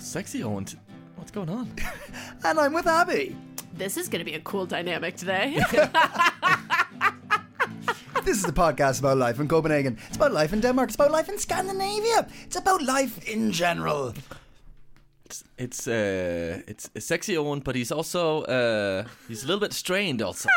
Sexy Owen. t- What's going on? And I'm with Abby. This is going to be a cool dynamic today. This is the podcast about life in Copenhagen. It's about life in Denmark. It's about life in Scandinavia. It's about life in general. It's it's uh it's, it's sexy Owen, but he's also uh he's a little bit strained also.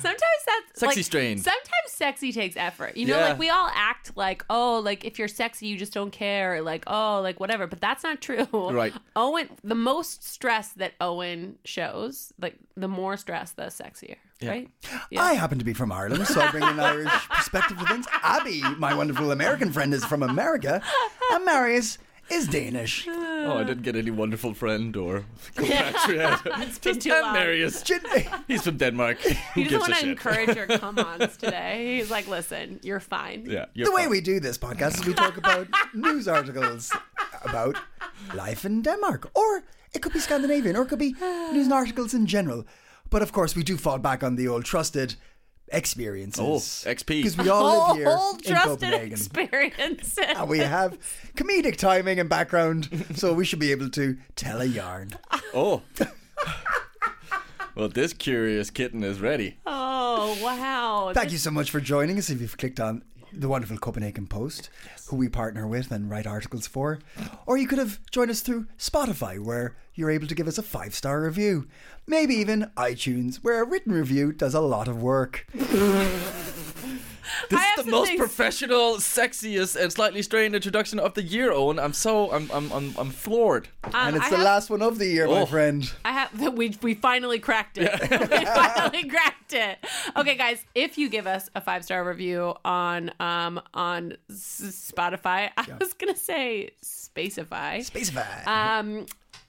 sometimes that's Sexy like, strain. Sometimes sexy takes effort. You know, Yeah. like we all act like, oh, like if you're sexy, you just don't care. or, Like, oh, like whatever. But that's not true. Right. Owen, the most stress that Owen shows, like the more stress, the sexier. Right? Yeah. I happen to be from Ireland, so I bring an Irish perspective to things. Abby, my wonderful American friend, is from America, and Marius is Danish. oh, I didn't get any wonderful friend or compatriot. It's been too and long. Marius. He's from Denmark. Who He doesn't gives a want to shit? encourage your come ons today. He's like, listen, you're fine. Yeah, you're The way fine. we do this podcast is we talk about news articles about life in Denmark, or it could be Scandinavian, or it could be news and articles in general. But of course, we do fall back on the old trusted experiences. Oh, XP. Because we all live here Whole in trusted Copenhagen. experience. and we have comedic timing and background, so we should be able to tell a yarn. Oh. well, this curious kitten is ready. oh, wow. Thank you so much for joining us. If you've clicked on the wonderful Copenhagen Post, who we partner with and write articles for, or you could have joined us through Spotify, where you're able to give us a five star review. Maybe even iTunes, where a written review does a lot of work. Uh, This I is have the some most things- professional, sexiest, and slightly strained introduction of the year, Owen. I'm so I'm I'm I'm, I'm floored. Um, and it's I the have- last one of the year, my Oh. friend. I have we we finally cracked it. we finally cracked it. Okay, guys, if you give us a five star review on um on S- Spotify, I was gonna say Spacify. Spacify. um,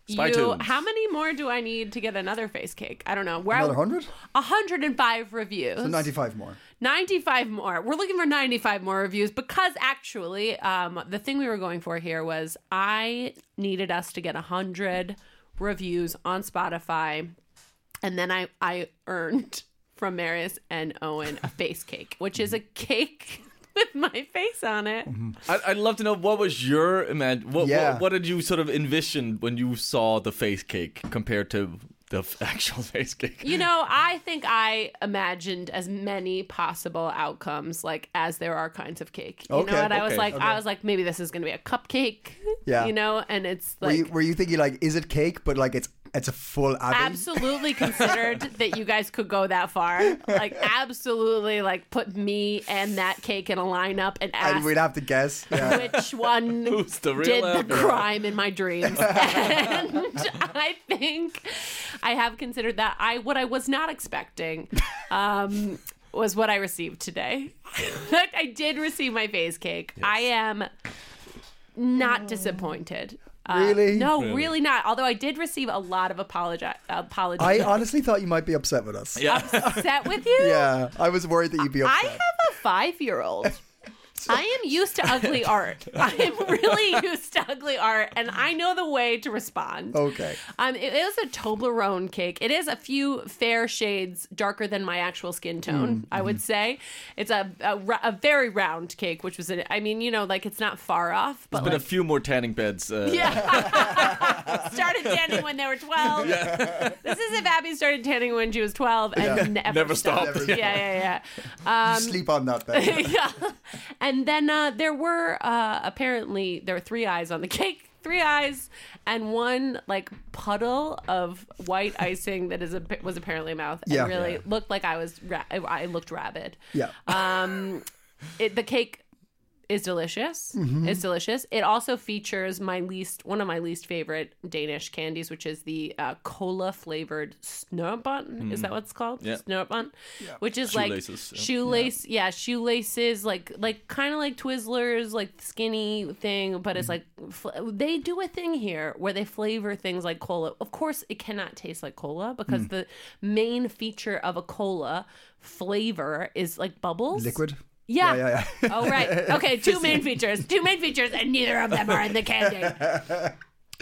you, Spytunes. how many more do I need to get another face cake? I don't know. We're Another at 100? 105 reviews. 95 more. 95 more. We're looking for 95 more reviews because actually, um, the thing we were going for here was I needed us to get 100 reviews on Spotify. And then I, I earned from Marius and Owen a face cake, which is a cake with my face on it. I'd, I'd love to know what was your imagine. What, Yeah. what, what did you sort of envision when you saw the face cake compared to the f- actual face cake? You know, I think I imagined as many possible outcomes, like as there are kinds of cake. You Okay, know, and I was okay, like, okay. I was like, maybe this is going to be a cupcake. Yeah. You know, and it's were, you, like were you thinking, like, is it cake, but like it's it's a full Abbey? absolutely considered that you guys could go that far. Like absolutely, like put me and that cake in a lineup and ask And we'd have to guess. Yeah. which one Who's the real did the Abner? crime in my dreams. and I think I have considered that. I what I was not expecting um, was what I received today. I did receive my phase cake. I am not disappointed. Uh, Really? No, really? not. Although I did receive a lot of apologi- apologies. I honestly thought you might be upset with us. Yeah. upset with you? Yeah, I was worried that you'd be upset. I have a five year old. I am used to ugly art. I am really used to ugly art, and I know the way to respond. Okay. Um, it is a Toblerone cake. It is a few fair shades darker than my actual skin Mm. tone. I Mm-hmm. would say it's a a, ru- a very round cake, which was an, I mean, you know, like it's not far off, but But a like, few more tanning beds. Uh, yeah. started tanning when they were 12. This is if Abby started tanning when she was 12 and never, Never stopped. stopped. Yeah, yeah, yeah. Um, Sleep on that bed. yeah. And then uh, there were uh, apparently there were three eyes on the cake, three eyes, and one like puddle of white icing that is a, was apparently a mouth. And Yeah. really Yeah. looked like I was ra- I looked rabid. Yeah. Um, it, the cake. is delicious. It's delicious. It also features my least, one of my least favorite Danish candies, which is the uh, cola flavored snørbånd. Is that what it's called? Mm. Yeah. Snørbånd, which is Shoelaces, like yeah. shoelace. Yeah, shoelaces, like like kind of like Twizzlers, like skinny thing, but it's like Mm-hmm. fl- they do a thing here where they flavor things like cola. Of course, it cannot taste like cola Mm. because the main feature of a cola flavor is like bubbles Liquid. Yeah, yeah. yeah, yeah. oh, right. Okay, two main features. Two main features, and neither of them are in the candy.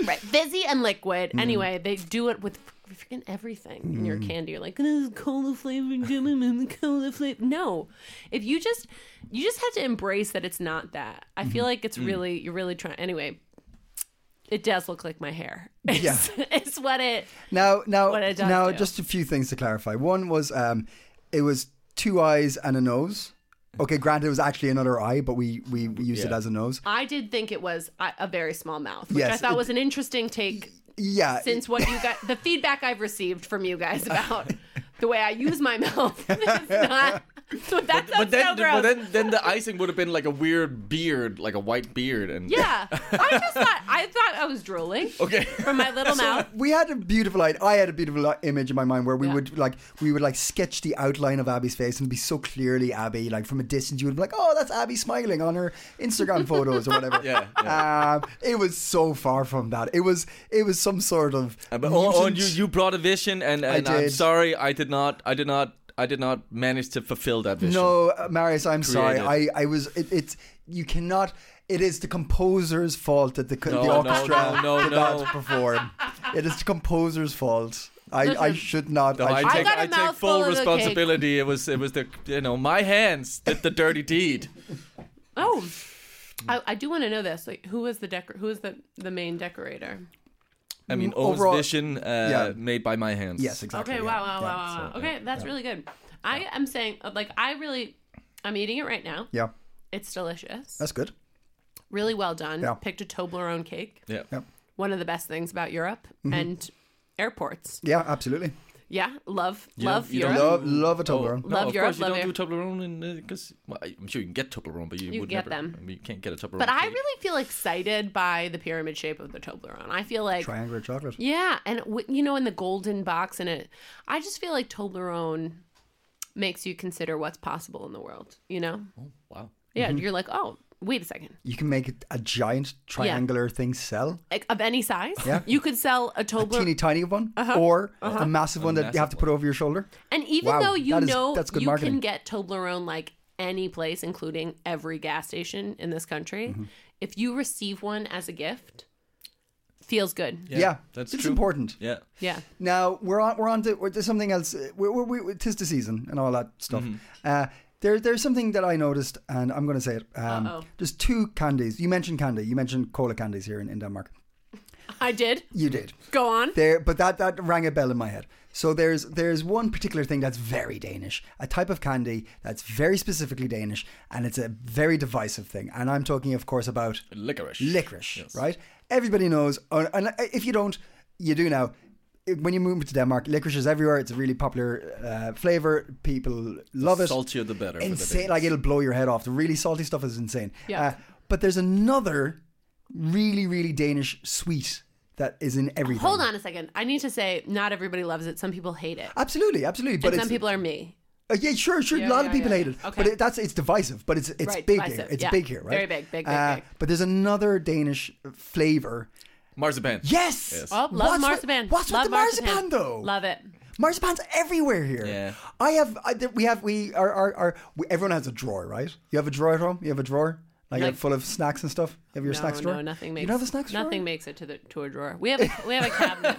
Right. Fizzy and liquid. Anyway, they do it with freaking everything in your candy. You're like, this is cola flavored gum and cola flavor. No. If you just, you just have to embrace that it's not that. I feel like it's really, you're really trying. Anyway. It does look like my hair. It's, it's what it. Now, now, What it does now, do. just a few things to clarify. One was um, it was two eyes and a nose. Okay, granted, it was actually another eye, but we we used it Yeah. as a nose. I did think it was uh, a, a very small mouth, which I Yes, thought it- was an interesting take Yeah, since what you got the feedback I've received from you guys about the way I use my mouth is not so that sounds But then, so gross. but then, then the icing would have been like a weird beard, like a white beard, and yeah, I just thought I thought I was drooling Okay. from my little mouth. we had a beautiful i- I had a beautiful i- image in my mind where we Yeah. would like we would like sketch the outline of Abby's face and it'd be so clearly Abby like from a distance you would be like oh that's Abby smiling on her Instagram photos or whatever Yeah, Um, it was so far from that it was it was some sort of But oh, oh, and you mutant- you brought a vision, and, and I'm did. sorry, I did not, I did not, I did not manage to fulfill that vision. No, uh, Marius, I'm sorry. I, Created. I was. It, it's you cannot. It is the composer's fault that the, co- No, the no, orchestra no, no, did no. not perform. It is the composer's fault. I, I Listen. should not. No, I I, should take, got a I take mouthful full of the cake. responsibility. It was, it was the, you know, my hands did the dirty deed. Oh, I, I do want to know this. Like, who was the decor? Who was the the main decorator? I mean, Mm, overall- Owen's vision uh, yeah. made by my hands. Yes, exactly. Okay, yeah, wow, wow, yeah, wow, wow. so, okay, that's really good. I am saying, uh, like, I really, I'm eating it right now. Yeah, It's delicious. that's good. really well done. Yeah. Picked a Toblerone cake. Yeah. Yeah, One of the best things about Europe and airports. yeah, absolutely. Yeah, love, don't- love you don't Europe. Love, love a Oh. Toblerone. Love of Europe, course you don't love Europe. do Toblerone because well, I- I'm sure you can get Toblerone, but you, You would get never, them. I mean, you can't get a Toblerone. but I cake. really feel excited by the pyramid shape of the Toblerone. I feel like, Triangular chocolate. yeah, and w- you know, in the golden box, and it, I just feel like Toblerone makes you consider what's possible in the world. You know, Oh, wow. yeah, Mm-hmm. you're like, oh, wait a second, You can make it a giant triangular thing sell, like of any size, Yeah. you could sell a a Toblerone, teeny tiny one, or a massive one that you massive have to put over your shoulder. and even Wow, though you that is- know that's good you marketing. can get Toblerone like any place, including every gas station in this country, Mm-hmm. if you receive one as a gift, feels good. Yeah, that's it's true. important. Yeah. yeah. Now we're on. We're on to. We're, there's something else. uh, We're, we're, we tis the season and all that stuff. Uh, there, there's something that I noticed, and I'm going to say it. Um, Uh-oh. there's two candies. You mentioned candy. You mentioned cola candies here in, in Denmark. I did. You did. Go on. There, but that that rang a bell in my head. So there's there's one particular thing that's very Danish, a type of candy that's very specifically Danish, and it's a very divisive thing. And I'm talking, of course, about Licorice. licorice, right? Everybody knows, or- and if you don't, you do now. When you move to Denmark, licorice is everywhere. It's a really popular uh, flavor. People love it. Saltier the better. for the Insane, day. like it'll blow your head off. The really salty stuff is insane. Yeah. Uh, but there's another really, really Danish sweet that is in everything. Hold on a second. I need to say, not everybody loves it. Some people hate it. Absolutely, absolutely. But and it's, some people are me. Uh, yeah, sure, sure. Yeah, a lot yeah, of people yeah, hate it, yeah. Okay. but it, that's it's divisive. But it's it's Right, big here. divisive, It's yeah. big here, right? Uh, Very big, big, big, big. But there's another Danish flavor. Marzipan. Yes. Oh, love What's with- marzipan. what's with love the marzipan, though? Love it. Marzipan's everywhere here. Yeah. I have. I, th- we have. We are. Are. are we, everyone has a drawer, right? You have a drawer at home. You have a drawer. Like, Like- full of snacks and stuff. You have your no, snacks drawer. no, nothing makes You don't have a snacks drawer. nothing makes it to the to a drawer. We have a, we have a cabinet.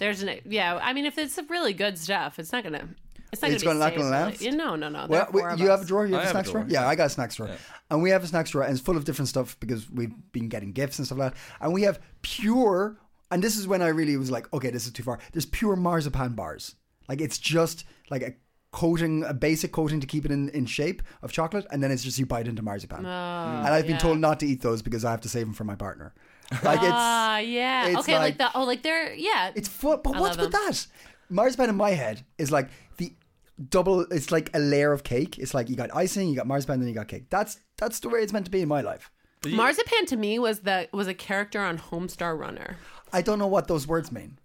There's an yeah. I mean, if it's really good stuff, it's not gonna. It's not It's gonna- gonna, be not saved, gonna really. last? Yeah, no, no, no. there Well, are wait, four of you have a us. drawer. You I have a have a snacks drawer. drawer. Yeah, I got a snacks drawer, and we have a snacks drawer, and it's full of different stuff because we've been getting gifts and stuff like that. And we have pure, and this is when I really was like, okay, this is too far. There's pure marzipan bars. Like it's just like a coating, a basic coating to keep it in, in shape of chocolate, and then it's just you bite into marzipan. Oh, and I've been told not to eat those because I have to save them for my partner. Like it's Ah, yeah. it's okay, like- like, the oh, like they're yeah. it's fun, but what's love with that? Marzipan in my head is like the double. It's like a layer of cake. It's like you got icing, you got marzipan, then you got cake. That's that's the way it's meant to be in my life. Marzipan to me was the was a character on Homestar Runner. I don't know what those words mean.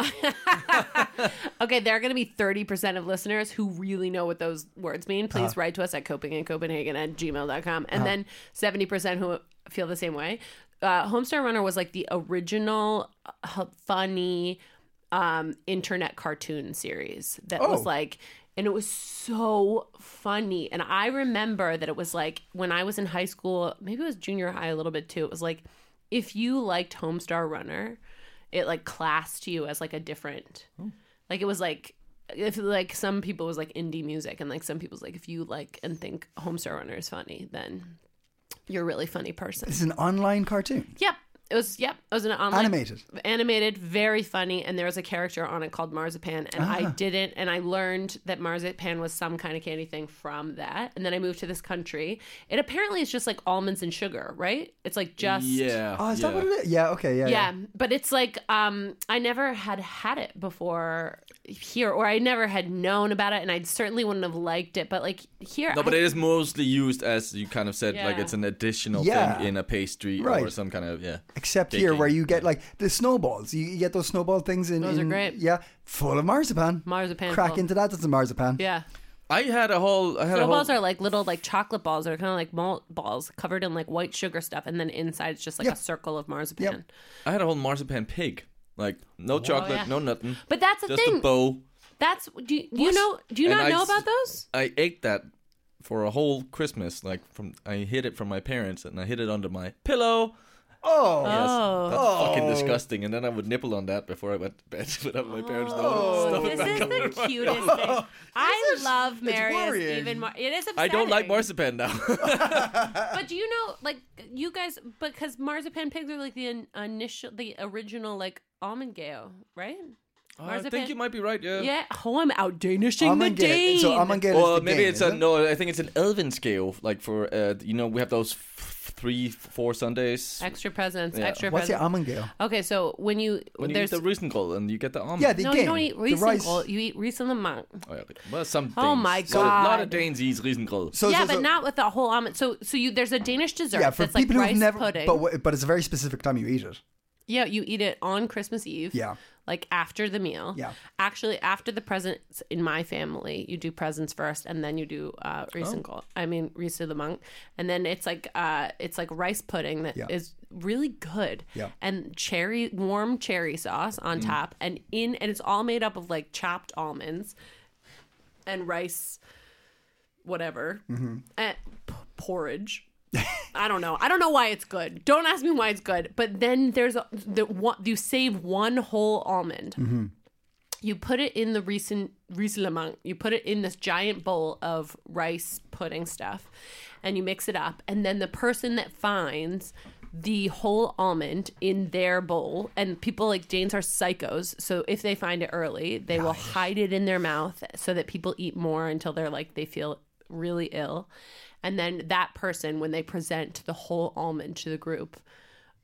Okay, there are going to be 30% of listeners who really know what those words mean. Please write to us at copingincopenhagen at gmail.com. And then 70% who feel the same way. Uh, Homestar Runner was like the original uh, funny um, internet cartoon series that Oh. was like, and it was so funny. And I remember that it was like when I was in high school, maybe it was junior high a little bit too. It was like if you liked Homestar Runner, it like classed you as like a different like it was like if like some people was like indie music and like some people's like if you like and think Homestar Runner is funny, then you're a really funny person. It's an online cartoon, Yep. It was yep. It was an online animated. animated, very funny, and there was a character on it called Marzipan, and Ah. I didn't, and I learned that Marzipan was some kind of candy thing from that, and then I moved to this country. It apparently is just like almonds and sugar, right? It's like just Yeah. Oh, is yeah. that what it is? Yeah. Okay. Yeah. yeah, but it's like um, I never had had it before here, or I never had known about it, and I certainly wouldn't have liked it. But like here, No, but I- it is mostly used as you kind of said, like Yeah. it's an additional Yeah. thing in a pastry or Right. some kind of yeah. Except here, Baking. where you get like the snowballs, you, you get those snowball things in. Those are in- great. Yeah, full of marzipan. Marzipan Crack full. into that. That's a marzipan. yeah. I had a whole. I had a whole, Snowballs are like little like chocolate balls that are kind of like malt balls covered in like white sugar stuff, and then inside it's just like Yeah. a circle of marzipan. Yep. I had a whole marzipan pig. Like no chocolate, Oh, yeah. no nothing. But that's the just thing. a bow. That's do you, you know? Do you And not I know s- about those? I ate that for a whole Christmas. Like from I hid it from my parents and I hid it under my pillow. Oh, Yes, that's Oh. fucking disgusting. And then I would nipple on that before I went to bed without my parents knowing. Stuff Oh, it This back is under my the pillow. cutest thing. I love worrying. Marius even more. It is. Upsetting. I don't like marzipan now. But do you know, like you guys, because marzipan pigs are like the in, initial, the original, like almongeo, right? I think you might be right. Yeah. Yeah. Oh, I'm out Danishing the Amangel. Dane. So Amangel is Or the maybe game, it's a isn't it? no. I think it's an Elven scale. Like for uh, you know, we have those f- three, four Sundays. extra presents. Yeah. Extra What's the presents. Amangel? okay, so when you when you eat there's the Riesenkohl and you get the almond. Yeah, the no, game. you don't eat the rice. Riesenkohl. You eat Riesenkohl. Oh, yeah, okay. Well, some Oh Danes. my So, a lot God. of Danes eat Riesenkohl. So, yeah, so- but so- not with the whole almond. So, so you there's a Danish dessert Yeah, for that's like people rice who've never, pudding. but wh- but it's a very specific time you eat it. Yeah, you eat it on Christmas Eve. Yeah. Like after the meal. Yeah. Actually, after the presents in my family, you do presents first and then you do Oh. uh Riesenkohl. I mean Riesa the monk. And then it's like uh it's like rice pudding that is Yeah. really good. Yeah. And cherry warm cherry sauce on top and in and it's all made up of like chopped almonds and rice whatever. And p- porridge. I don't know. I don't know why it's good. Don't ask me why it's good. But then there's a, the one you save one whole almond. You put it in the recent Rieselemang. You put it in this giant bowl of rice pudding stuff, and you mix it up. And then the person that finds the whole almond in their bowl, and people like Danes are psychos. So if they find it early, they will hide it in their mouth so that people eat more until they're like they feel really ill. And then that person, when they present the whole almond to the group,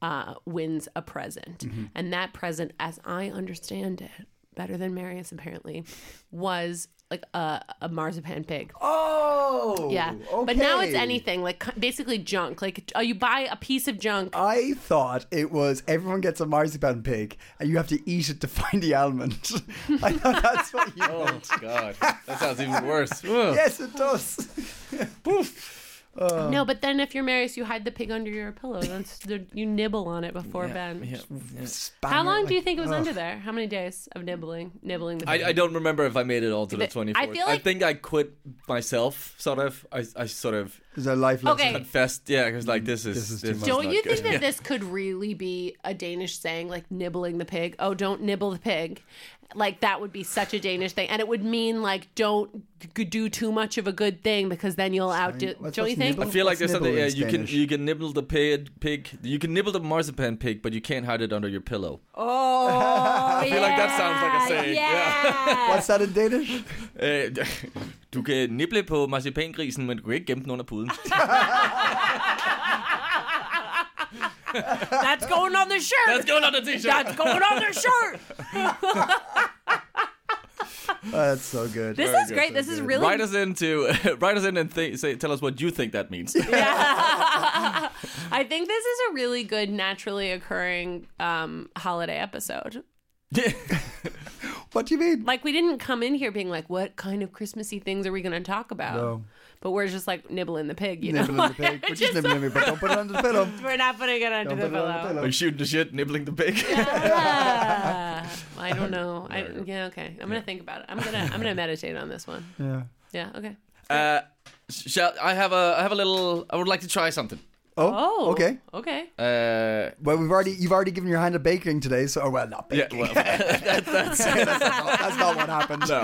uh, wins a present. And that present, as I understand it, better than Marius apparently, was like a, a marzipan pig. Oh, yeah. But now it's okay. anything, like cu- basically junk. Like uh, you buy a piece of junk. I thought it was everyone gets a marzipan pig and you have to eat it to find the almond. I thought that's what you. Oh God, that sounds even worse. Ugh. Yes, it does. no, but then if you're Marius, you hide the pig under your pillow. That's the, you nibble on it before bed. How long do you think it was under there? How many days of nibbling? Nibbling the I, pig? I don't remember if I made it all to the twenty fourth. I feel like- think I quit myself. Sort of. I, I sort of There's a life lesson. Okay. confessed. Yeah, because like this is is too much. Don't not you good. think that this could really be a Danish saying, like nibbling the pig? Oh, don't nibble the pig. Like that would be such a Danish thing, and it would mean like don't g- do too much of a good thing because then you'll outdo. what's- Don't you what's think? I feel like What's there's nibble something. Yeah, in you can Spanish? you can nibble the pig, pig. You can nibble the marzipan pig, but you can't hide it under your pillow. Oh, I feel like that sounds like a saying, Yeah. What's that in Danish? Øh, du kan nible på marcipangrisen, men du kan ikke gemme den under puden. That's going on the shirt. That's going on the t-shirt. That's going on the shirt. Oh, That's so good. This is great. This is really Write us in to write us in and th- say tell us what you think that means. I think this is a really good naturally occurring um, holiday episode. what do you mean? Like we didn't come in here being like, what kind of Christmassy things are we going to talk about? No. But we're just like nibbling the pig, you Nibbling know. the pig. We're just nibbling the pig, but don't put it under the pillow. we're not putting it under Don't the put it pillow. under the pillow. like shooting the shit, nibbling the pig. Ah, I don't know. I, yeah, okay. I'm gonna think about it. I'm gonna I'm gonna meditate on this one. Yeah. Yeah, okay. Uh, shall I have a I have a little I would like to try something. Oh, Oh, okay. okay. Uh, Well, we've already you've already given your hand at baking today, so oh, well, not yeah, baking. well, that, that's That's not what happened. no.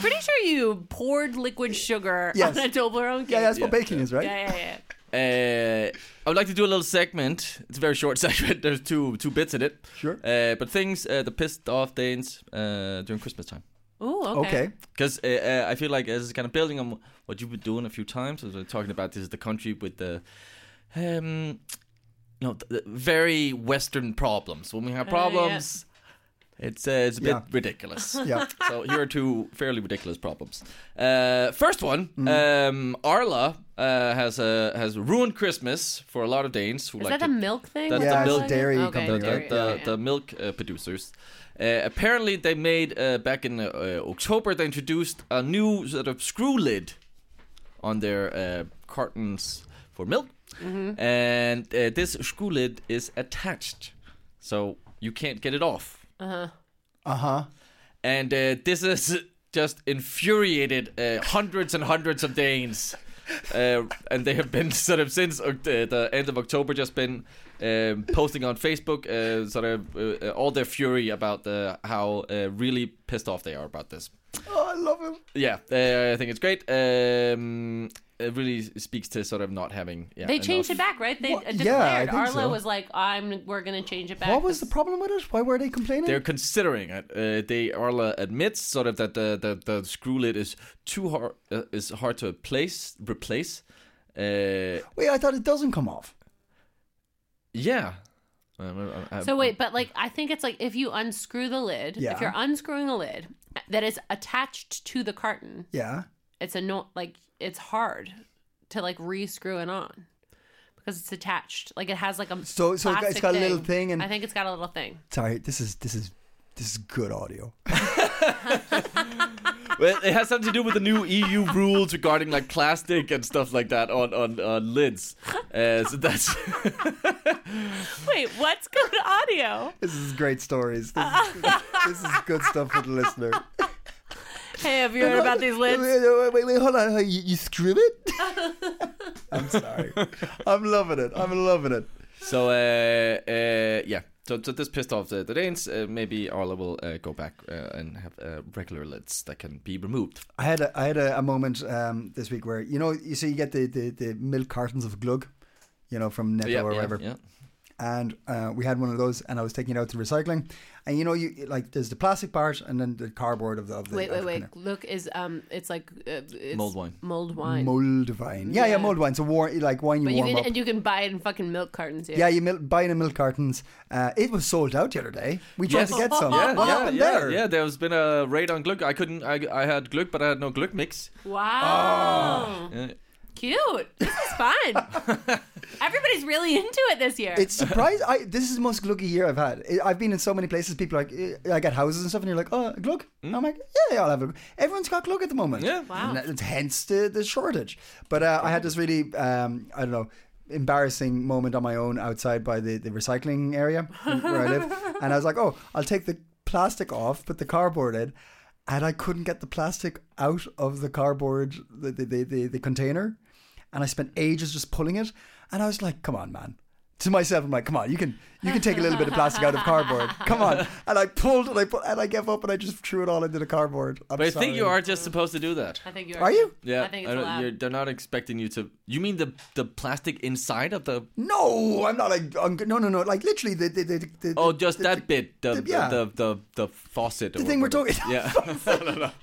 Pretty sure you poured liquid sugar Yes. on a Toblerone cake. Yeah, that's what baking is, right? yeah, yeah, yeah. Uh, I would like to do a little segment. It's a very short segment. There's two two bits in it. Sure. Uh, but things uh, the pissed off Danes uh, during Christmas time. Ooh, okay. Okay. Because uh, uh, I feel like as it's kind of building on what you've been doing a few times, as we're talking about this is the country with the, um, you know, the, the very Western problems. When we have problems, it's uh, it's a bit Yeah. ridiculous. Yeah. so here are two fairly ridiculous problems. Uh, first one, um, Arla uh, has uh, has ruined Christmas for a lot of Danes who Is like that to a milk thing? That's Yeah, the it's milk- dairy okay, company, the, dairy, right? the, yeah, the, the milk uh, producers. Uh, apparently, they made uh, back in uh, uh, October. They introduced a new sort of screw lid on their uh, cartons for milk, Mm-hmm. and uh, this screw lid is attached, so you can't get it off. Uh huh. And uh, this has just infuriated uh, hundreds and hundreds of Danes. Uh, and they have been sort of since uh, the the end of October just been um, posting on Facebook uh, sort of uh, uh, all their fury about uh, how uh, really pissed off they are about this. Oh, I love him. Yeah, uh, I think it's great. Um, it really speaks to sort of not having. Yeah, They changed it enough- back, right? They What? uh, Yeah, declared. I think Arlo so. was like, "I'm. We're gonna change it back." What was the problem with it? Why were they complaining? They're considering it. Uh, they Arla admits sort of that the the, the screw lid is too hard uh, is hard to place replace. Uh, Wait, I thought it doesn't come off. yeah. Um, I- I- So wait, but like, I think it's like if you unscrew the lid, Yeah. if you're unscrewing a lid that is attached to the carton, Yeah. it's a no, like it's hard to like re-screw it on because it's attached. Like it has like a So- so it's got- plastic it's got a little thing and- I think it's got a little thing. Sorry, this is this is this is good audio. Well, it has something to do with the new EU rules regarding like plastic and stuff like that on on, on lids. Uh, so that's Wait, what's good audio? This is great stories. This is, this is good stuff for the listener. Hey, have you heard about these lids? Wait, wait, wait, hold on. You, you screw it? I'm sorry. I'm loving it. I'm loving it. so uh, uh, yeah. So, so this pissed off the, the Danes. Uh, maybe Arla will uh, go back uh, and have uh, regular lids that can be removed. I had a, I had a, a moment um, this week where you know you so you get the, the, the milk cartons of glug, you know from Netto yeah, or yeah, whatever, yeah. and uh, we had one of those, and I was taking it out to recycling, and you know you like there's the plastic part and then the cardboard of the of the Wait, of wait, the wait. container. Look, is um, it's like uh, it's Mulled wine. Mold wine. mold wine, yeah, yeah, Yeah. mold wine, so warm like wine you But you warm can up. and you can buy it in fucking milk cartons here. yeah, you mil- buy it in milk cartons. Uh, it was sold out the other day. We tried to Yes. get some. Yeah, what yeah, happened yeah, there? Yeah, there's been a raid on Gluck. I couldn't. I, I had Gluck, but I had no Gluck mix. Ah. Wow. Uh, Cute. This is fun. Everybody's really into it this year. It's surprise. I this is the most gluggy year I've had. I- I've been in so many places. People are like eh, I get houses and stuff, and you're like, oh, glug. I'm like, yeah, yeah, I'll have a glug. Everyone's got glug at the moment. Yeah. Wow. And that's hence the the shortage. But uh, I had this really, um, I don't know. Embarrassing moment on my own outside by the, the recycling area where I live, and I was like, "Oh, I'll take the plastic off, put the cardboard in," and I couldn't get the plastic out of the cardboard the the, the, the, the container, and I spent ages just pulling it, and I was like, "Come on, man." To myself, I'm like, come on, you can you can take a little bit of plastic out of cardboard. Come on, and I pulled and I put and I gave up and I just threw it all into the cardboard. I'm But I sorry. think you are just supposed to do that. I think you Are you? Yeah, I think it's don't- allowed. you're- they're not expecting you to. You mean the the plastic inside of the? No, I'm not like I'm, no, no, no. Like literally, the the, the, the Oh, just that bit. The the, the- yeah. the, the the faucet. the thing we're talking. Yeah.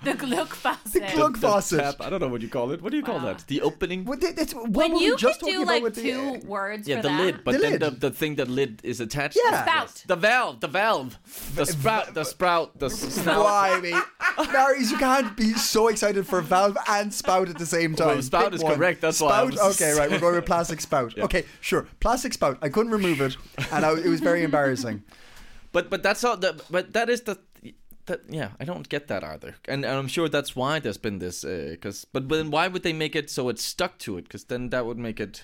The Gluck faucet. glug faucet. Tap. I don't know what you call it. What do you call that? The opening. Well, that- that's- what when were we you could just talking do about like with two the, words yeah, for the that. lid. But The then end lid. of the thing that lid is attached. Yeah. to. Spout. The valve. The valve. The sprout. The sprout. The snout. Why me? Maries, you can't be so excited for valve and spout at the same time. Well, spout Pick is one. correct, that's why I spout. was- okay, right. We're going with plastic spout. Okay, sure. Plastic spout. I couldn't remove it, and I, it was very embarrassing. But but that's all. The, but that is the. That, yeah, I don't get that either, and, and I'm sure that's why there's been this. Because but then why would they make it so it's stuck to it? Because then that would make it.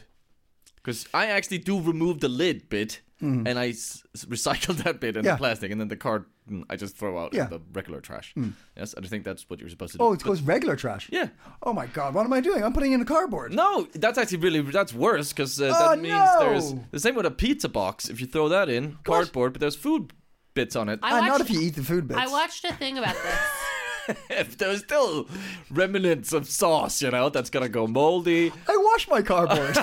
Because I actually do remove the lid bit, and I s- recycle that bit in Mm-hmm. Yeah. the plastic, and then the card mm, I just throw out in Yeah. Mm. the regular trash. Yes, and I think that's what you're supposed to do. Oh, it But- goes regular trash. Yeah. Oh my god, what am I doing? I'm putting it in a cardboard. No, that's actually really that's worse because uh, Oh, that means there's no. the same with a pizza box. If you throw that in cardboard, but there's food bits on it. I and Ah, not watched- if you eat the food bits. I watched a thing about this. if there's still remnants of sauce, you know, that's gonna go moldy. I wash my cardboard.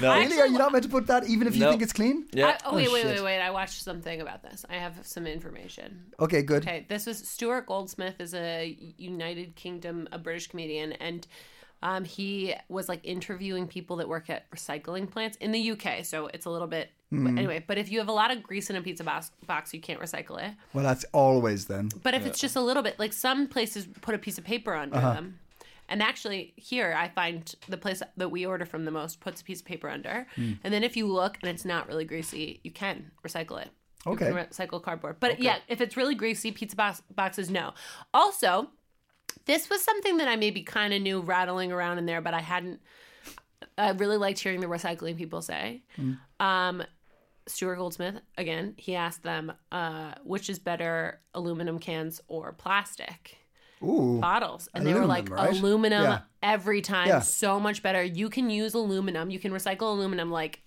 No. really? Are you not meant to put that even if you No. think it's clean? Yeah. I, oh, wait, Oh, wait, shit. wait, wait. I watched something about this. I have some information. Okay, good. Okay, this was Stuart Goldsmith is a United Kingdom, a British comedian, and um, he was like interviewing people that work at recycling plants in the UK. So it's a little bit Mm-hmm. but anyway. But if you have a lot of grease in a pizza box, box you can't recycle it. Well, that's always then. But if it's just a little bit, like some places put a piece of paper under them. And actually, here I find the place that we order from the most puts a piece of paper under. And then if you look and it's not really greasy, you can recycle it. You Okay. can recycle cardboard. But yeah, if it's really greasy, pizza box- boxes, no. Also, this was something that I maybe kind of knew rattling around in there, but I hadn't. I really liked hearing the recycling people say. Um, Stuart Goldsmith, again, he asked them, uh, which is better, aluminum cans or plastic Ooh. bottles? And they were like, Aluminum, right? aluminum Yeah. every time, Yeah. so much better. You can use aluminum, you can recycle aluminum like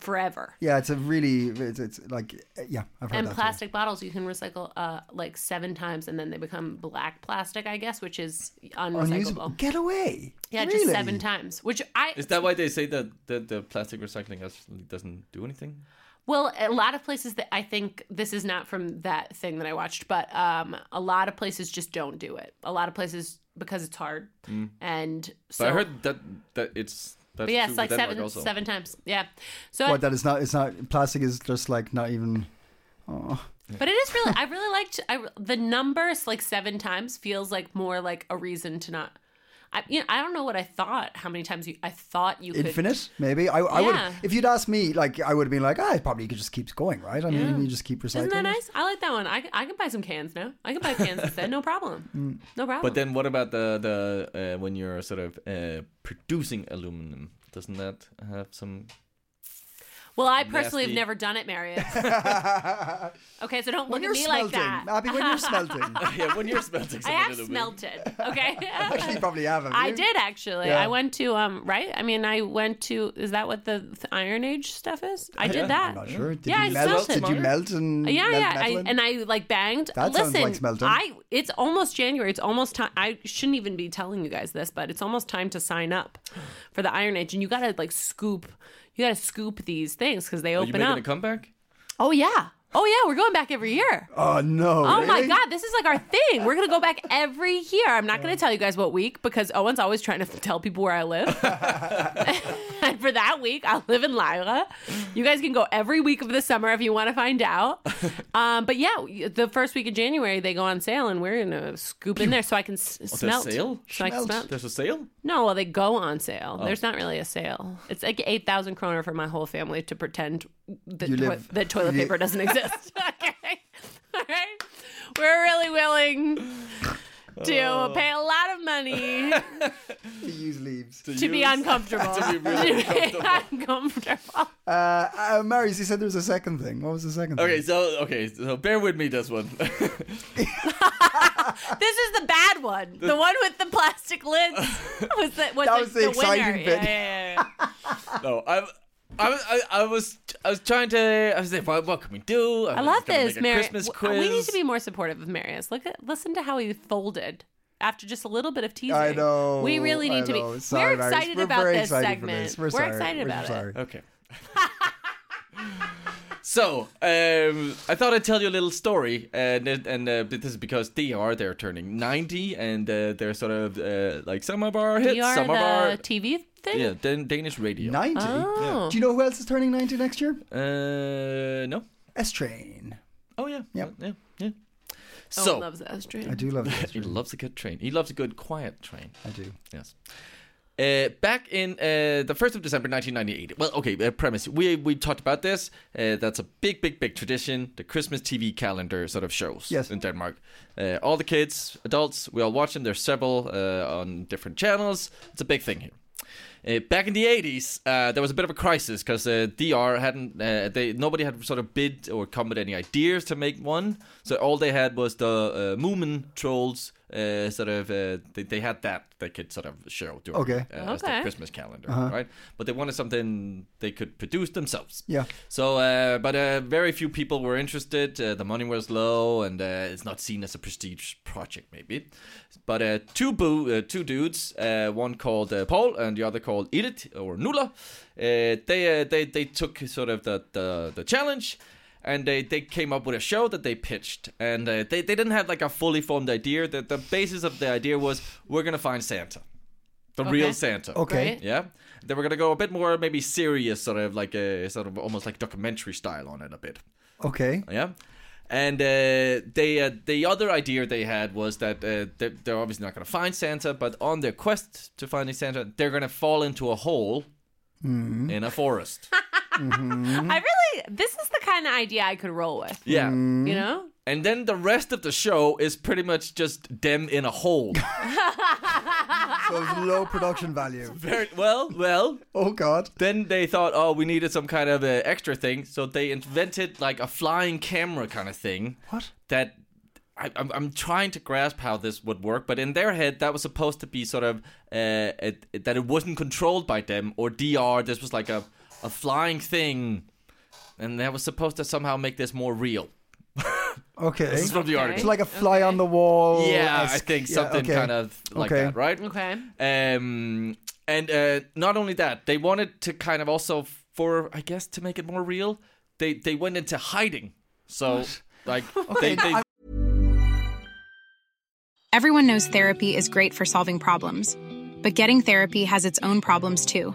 forever. Yeah, it's a really. It's, it's like. Yeah, I've heard And that. too. plastic bottles you can recycle uh, like seven times, and then they become black plastic, I guess, which is Unusable. unrecyclable. Get away. Yeah, really? just seven times. Which I Is that why they say that the, the plastic recycling actually doesn't do anything? Well, a lot of places that I think this is not from that thing that I watched, but um, a lot of places just don't do it. A lot of places because it's hard, and so Mm. But I heard that that it's that's But true yeah, it's with like Denmark seven also. seven times. Yeah, so I- What? That is not. It's not. Plastic is just like not even. but it is really I really liked I, the numbers like seven times feels like more like a reason to not. I you know, I don't know what I thought how many times you I thought you could Infinite, maybe. I, I would. Yeah. If you'd asked me, like, I would have been like, ah, it probably could just keeps going, right? I mean, you just keep recycling. Isn't that it. nice? I like that one. I, I can buy some cans now. I can buy cans instead. No problem. No problem. But then what about the the uh, when you're sort of uh, producing aluminum? Doesn't that have some? Well, I personally have Nasty. never done it, Marius. okay, so don't When look you're at me smelting, like that. Abby, when you're smelting, yeah, when you're smelting I something have aluminum. smelted. Okay. actually, you probably have. haven't I you? did actually. Yeah. I went to um right. I mean, I went to. Is that what the th- Iron Age stuff is? I did that. I'm not sure. Did Yeah, you I melt? smelt it. Did you melt and Yeah, melt yeah, metal I, in? and I like banged. That sounds Listen, like smelting. I it's almost January. It's almost time. I shouldn't even be telling you guys this, but it's almost time to sign up for the Iron Age, and you gotta like scoop. You gotta scoop these things because they Are you open making up. a comeback? oh yeah, oh yeah, we're going back every year. oh no! Oh my god, this is like our thing. We're gonna go back every year. I'm not gonna tell you guys what week because Owen's always trying to tell people where I live. and for that week, I'll live in Lyra. You guys can go every week of the summer if you want to find out. Um, but yeah, the first week of January they go on sale, and we're gonna scoop in there so I can s- smell. sale? So I Smelt. can smell. There's a sale. No, well, they go on sale. Oh. There's not really a sale. It's like 8,000 kroner for my whole family to pretend that, You toi- live- that toilet you- paper doesn't exist. okay. All right. We're really willing to Oh. pay a lot of money To use leaves. to be uncomfortable. to be uncomfortable. Uh, uh, Marius, you said there was a second thing. What was the second Okay, thing? so okay, so bear with me this one. This is the bad one. The one with the plastic lids was the, was That like was the winner. exciting Yeah, bit. yeah, yeah, yeah. no, I'm. I was, I, I was I was trying to I was like what, what can we do I love this, Mary. Mary. Christmas quiz. w- We need to be more supportive of Marius. Look at listen to how he folded after just a little bit of teasing. I know. We really I need to know. be. Sorry, we're Marius. excited We're about very this excited for segment. this. We're, We're, sorry. excited We're about sorry. it. okay. So, um, I thought I'd tell you a little story, and it- and uh, this is because DR they're turning ninety, and uh, they're sort of uh, like some of our hits, You are some the of our TV thing. yeah, Dan- Danish radio. 90. Oh. Do you know who else is turning 90 next year? Uh, no. S Train. Oh yeah. Yep. Yeah. Yeah. Owen So Oh, loves that I do love S he Train. loves a good train. He loves a good quiet train. I do. Yes. Uh, back in uh, the first of December, nineteen ninety-eight. Well, okay. Uh, premise: we we talked about this. Uh, that's a big, big, big tradition. The Christmas TV calendar sort of shows Yes. in Denmark. Uh, all the kids, adults, we all watch them. There's several uh, on different channels. It's a big thing here. Uh, back in the 80s, uh, there was a bit of a crisis because uh, DR hadn't, uh, they nobody had sort of bid or come with any ideas to make one. So all they had was the uh, Moomin trolls. Uh, sort of, uh, they, they had that they could sort of show during Okay. Uh-huh. uh, as their Okay. Christmas calendar, right? But they wanted something they could produce themselves. Yeah. So, uh, but uh, very few people were interested. Uh, the money was low, and uh, it's not seen as a prestige project, maybe. But uh, two boo, uh, two dudes, uh, one called uh, Paul and the other called Edith or Nula. Uh, they uh, they they took sort of the the, the challenge. And they, they came up with a show that they pitched, and uh, they, they didn't have like a fully formed idea. The, the basis of the idea was we're gonna find Santa, the real Santa. Okay. Right. Yeah. Then we're gonna go a bit more maybe serious, sort of like a sort of almost like documentary style on it a bit. Okay. Yeah. And uh, they uh, the other idea they had was that uh, they're, they're obviously not gonna find Santa, but on their quest to finding Santa, they're gonna fall into a hole in a forest. I really. This is the kind of idea I could roll with. yeah. Mm-hmm. You know. And then the rest of the show is pretty much just them in a hole. So it's low production value. Very well, well. Oh, God. Then they thought, oh, we needed some kind of uh, extra thing, so they invented like a flying camera kind of thing. What? That I, I'm, I'm trying to grasp how this would work, but in their head, that was supposed to be sort of uh, it, it- that it wasn't controlled by them or DR. This was like a a flying thing, and that was supposed to somehow make this more real. Okay. This is from the It's article. like a fly on the wall. yeah, I esque- think yeah, something okay. kind of like Okay. that, right? Okay. Um, and uh, not only that, they wanted to kind of also, for I guess, to make it more real, they they went into hiding. So like they, they Everyone knows therapy is great for solving problems, but getting therapy has its own problems too,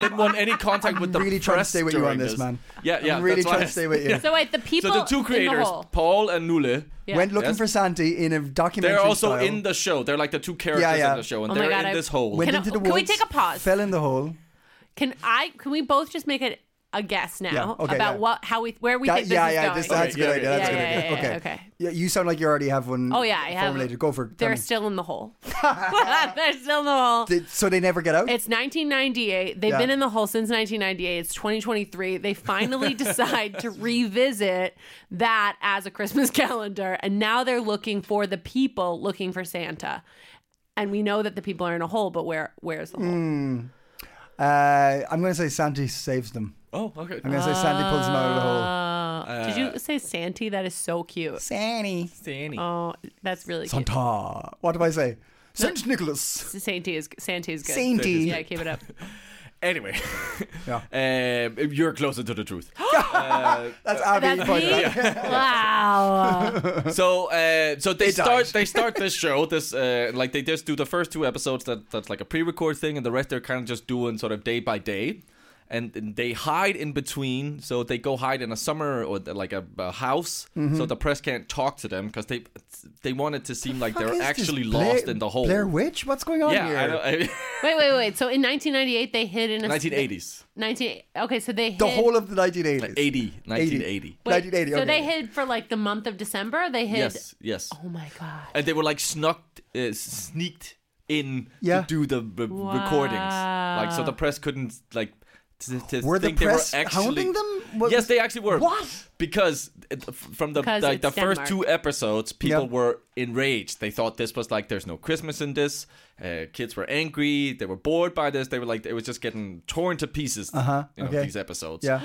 didn't want any contact with the really press trying to stay with you during on this, man. Yeah, yeah. I'm really that's why trying I- to stay with you. So wait, the people. So the two In the creators, hole. Paul and Nule, Yeah. Went looking Yes. for Santi in a documentary. they're also style, in the show. They're like the two characters yeah. in the show, and Oh my they're God, in I- this hole. Went Can I- into the can we woods. take a pause? Fell in the hole. Can I? Can we both just make it a guess now Yeah, okay, about yeah. what, how we, where we That- think this yeah, is yeah, going? this- that's a good Okay, idea. yeah, That's a yeah, good yeah, idea. yeah, okay. okay. Yeah, you sound like you already have one. Oh yeah, I have. formulated. Go for it. They're Tell me. still in the hole. they're still in the hole. They- so they never get out. It's 1998. They've Yeah. been in the hole since 1998. It's 2023. They finally decide to revisit that as a Christmas calendar. And now they're looking for the people looking for Santa. And we know that the people are in a hole, but where where's the hole? Mm. Uh, I'm going to say Santi saves them. Oh, okay. I'm going to say Santi pulls them out of the hole. Uh, Did you say Santi? That is so cute. Santi. Danny. Oh, that's really cute. Santa. What do I say? Saint Nicholas. Santi is Santi is good. Santi. Yeah, keep it up. Anyway, Yeah. um, you're closer to the truth. That's Abby. That's Point me. it out. Wow. so uh, so they They died. start they start this show this uh, like they just do the first two episodes that that's like a pre-record thing and the rest they're kind of just doing sort of day by day and and they hide in between so they go hide in a summer or the- like a, a house Mm-hmm. so the press can't talk to them because they they want it to seem like Fuck is they're this? actually Blair- lost in the hole Blair Witch? What's going on yeah here? I know, I- Wait, wait, wait. So in 1998 they hid in a 1980s 19 Okay, so they hid the whole of the 1980s. 80 1980 Wait, 1980, So okay. they hid for like the month of December. They hid. yes yes Oh my god. and they were like snucked, uh, sneaked in Yeah. to do the b- recordings. Like so, the press couldn't like to, to Were the think they were press actually hounding them? What- yes, they actually were. What? Because it- f- from the Because like the it's first Denmark. two episodes, people Yep. were enraged. They thought this was like there's no Christmas in this. Uh, kids were angry. They were bored by this. They were like it was just getting torn to pieces. Uh-huh. You know, okay. these episodes. Yeah.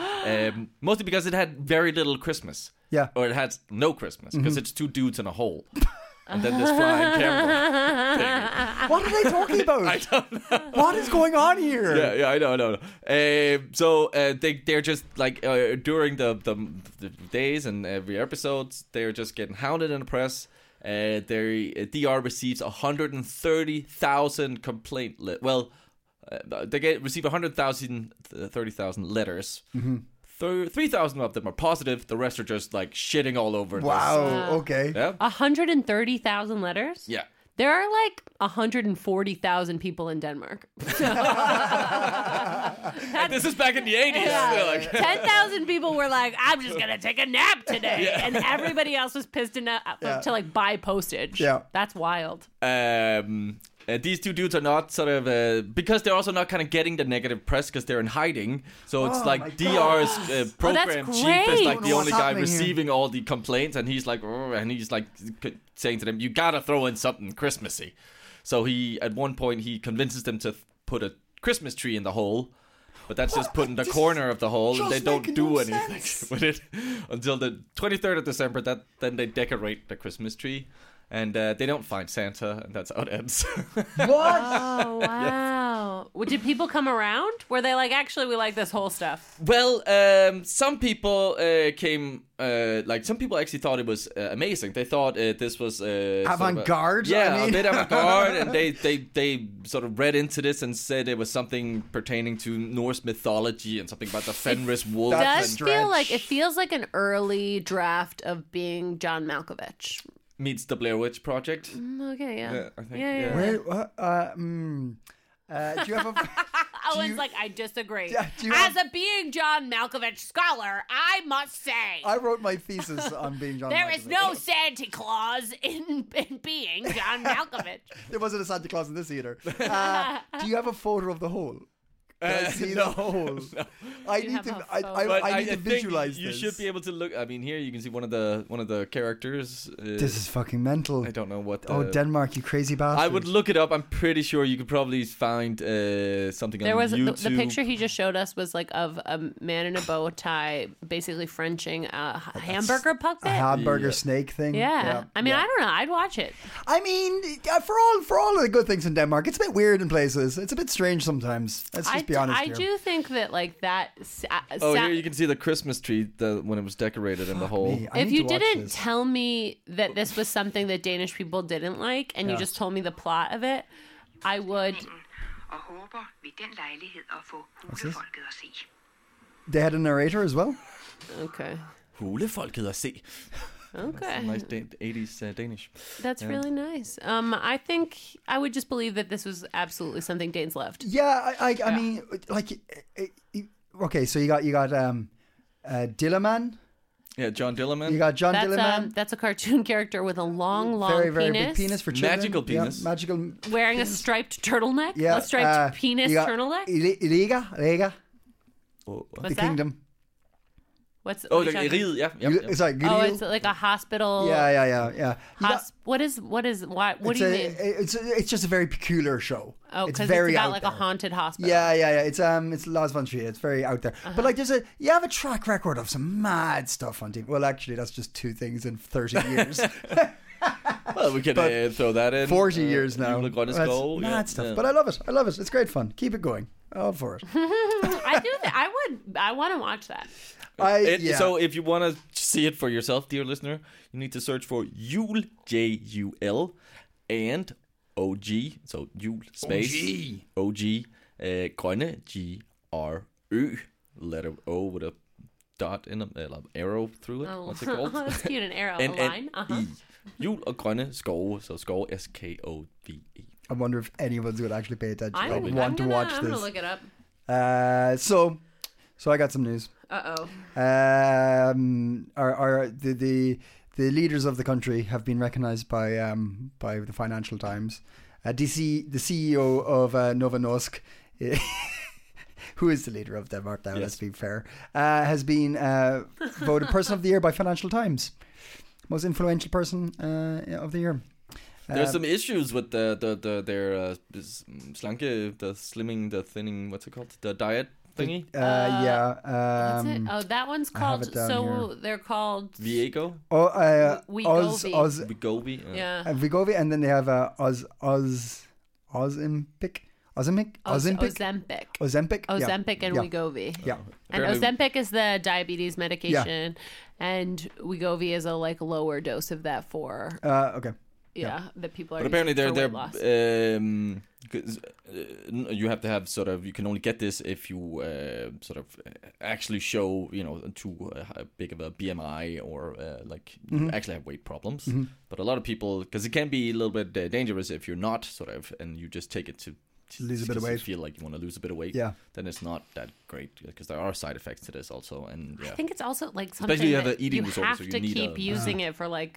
Um, mostly because it had very little Christmas. Yeah. Or it had no Christmas because it's two dudes in a hole. And then this flying camera. thing. What are they talking about? I don't know. What is going on here? Yeah, yeah, I know, I know. I know. Um, so uh, they they're just like uh, during the, the the days and every episode, they're just getting hounded in the press. Uh, they uh, DR receives hundred and thirty thousand complaint. Le- well, uh, they get receive 100,000, uh, 30,000 letters. Thir- Three thousand of them are positive. The rest are just like shitting all over. this. Wow. Okay. Yeah. 130,000 letters? Yeah. There are like 140,000 people in Denmark. This is back in the eighties. Like, 10,000 people were like, I'm just going to take a nap today. And everybody else was pissed enough uh, to like buy postage. Yeah. That's wild. um, uh, these two dudes are not sort of uh, because they're also not kind of getting the negative press because they're in hiding. So Oh it's like DR's uh, program chief is great. like I don't the know only what's guy happening here. receiving all the complaints, and he's like, "Oh," and he's like c- saying to them, "You gotta throw in something Christmassy." So he, at one point, he convinces them to th- put a Christmas tree in the hole. But that's just put in the This corner of the hole, and just they don't make do no anything sense. with it until the 23rd of December. That then they decorate the Christmas tree, and uh, they don't find Santa, and that's how it ends. Oh, wow. Well, Did people come around? Were they like, actually, we like this whole stuff? Well, um, some people uh, came, uh, like some people actually thought it was uh, amazing. They thought uh, this was uh, sort of a- Avant-garde, I yeah, mean. a bit avant-garde, and they, they they sort of read into this and said it was something pertaining to Norse mythology and something about the Fenris wolf. That's does and stretch. feel like it feels like an early draft of being John Malkovich. meets the Blair Witch Project. Okay, yeah. Yeah, I think, yeah. yeah, yeah. Where? Uh, uh, mm, uh, do you have a? Owen's you- like, I disagree. Yeah, do you As have- a being John Malkovich scholar, I must say I wrote my thesis on being John. there is Malkovich. no Santa Claus in, in being John Malkovich. There wasn't a Santa Claus in this either. Uh, do you have a photo of the hole? Uh, Can I see the hole? I need have to. a I, photo. I, I need to think visualize You this. should be able to look. I mean, here you can see one of the one of the characters. Uh, This is fucking mental. I don't know what. oh, the- Denmark, you crazy bastard! I would look it up. I'm pretty sure you could probably find uh, something There on was the, YouTube. the picture he just showed us was like of a man in a bow tie, basically Frenching a h- hamburger a puppet. hamburger snake thing. yeah. I mean, I don't know. I'd watch it. I mean, uh, for all for all of the good things in Denmark, it's a bit weird in places. It's a bit strange sometimes. Let's just I, be d- honest I here. do think that like that. s- uh, Oh, sa- here you can see the Christmas tree the, when it was decorated in the hole. Hey, I if need you to watch didn't this. tell me that this was something that Danish people didn't like, and you just told me the plot of it, I would. og håber ved den lejlighed at få hulefolket at se. they had a narrator as well. Okay. Hulefolket at se. Okay. Nice da- 80s uh, Danish. That's really nice. Um, I think I would just believe that this was absolutely something Danes loved. Yeah, I, I, I mean, like, it, it, okay, so you got you got um, uh, Dillaman, Yeah, John Dillerman. you got John That's Dillaman, um, that's a cartoon character with a long, long very very penis, big penis for children, Magical Yeah, penis. magical, wearing a striped turtleneck, yeah, a striped uh, penis you got turtleneck. Ili- Iliga, Iliga, oh, What's the that? kingdom. What's oh what are you the- talking- Riget, yeah. yeah, You- yeah. Sorry, Oh, Gilil. it's like a hospital. yeah, yeah, yeah, yeah. You got- hosp- what is what is why? What it's, do you a, mean? it's a- it's just a very peculiar show. Oh, it's because it's, very about out like there. a haunted hospital. Yeah, yeah, yeah. It's um, it's Lars von Trier. It's very out there. Uh-huh. But like, there's a you have a track record of some mad stuff on TV. Well, actually, that's just two things in thirty years, Well, we can uh, throw that in. forty Uh, years now. Jule Grønnes that's Skov, mad yeah, stuff. yeah. But I love it. I love it. It's great fun. Keep it going. All for it. I do. Th- I would. I want to watch that. I It- yeah. So if you want to see it for yourself, dear listener, you need to search for Jul J U L and OG. So Jul space OG uh, grønne G R Ø letter O with a dot in them, uh, arrow through it. Oh, What's it called? that's cute. An arrow, and, a line. and Uh-huh. E. Jul og grønne skove. So skove S K O V E. I wonder if anyone's going to actually pay attention. I'm, I I'm want to gonna- watch I'm this. gonna look it up. Uh, so, so I got some news. Uh oh. Um, our, our the, the the leaders of the country have been recognised by um, by the E Financial Times. Uh, DC, the CEO of uh, Novanosk who is the leader of Denmark now, let's be fair, uh, has been uh, voted Person of the Year by Financial Times. Most influential person uh, of the year. There's some issues with the the, the their uh, s- slanke, the slimming, the thinning. What's it called? The diet thingy. Uh, yeah. What's it? Um, Oh, that one's have called. it down So they're called. Viego, oh, uh, We- Oz, Wegovy. Oz, Vigovi. uh, Yeah. uh, Vigovi, and then they have uh, Oz, Oz, Ozempic, Ozempic, Oz- Uh, Ozempic, Ozempic. Ozempic, yeah. Ozempic and yeah. Wegovy. Yeah, And Apparently- Ozempic is the diabetes medication, and Wegovy is a like lower dose of that for uh, okay. yeah, that people are. But apparently they're using for they're weight loss. um, 'cause, uh, n- you have to have sort of you can only get this if you uh, sort of uh, actually show you know too uh, h- big of a BMI or uh, like you Mm-hmm. actually have weight problems. But a lot of people because it can be a little bit uh, dangerous if you're not sort of and you just take it to. to- Lose a bit of 'cause you weight. Feel like you want to lose a bit of weight. Yeah. Then it's not that great because there are side effects to this also, and yeah. I think it's also like something Especially you have that an eating you disorder, have so you to need keep a- using it for like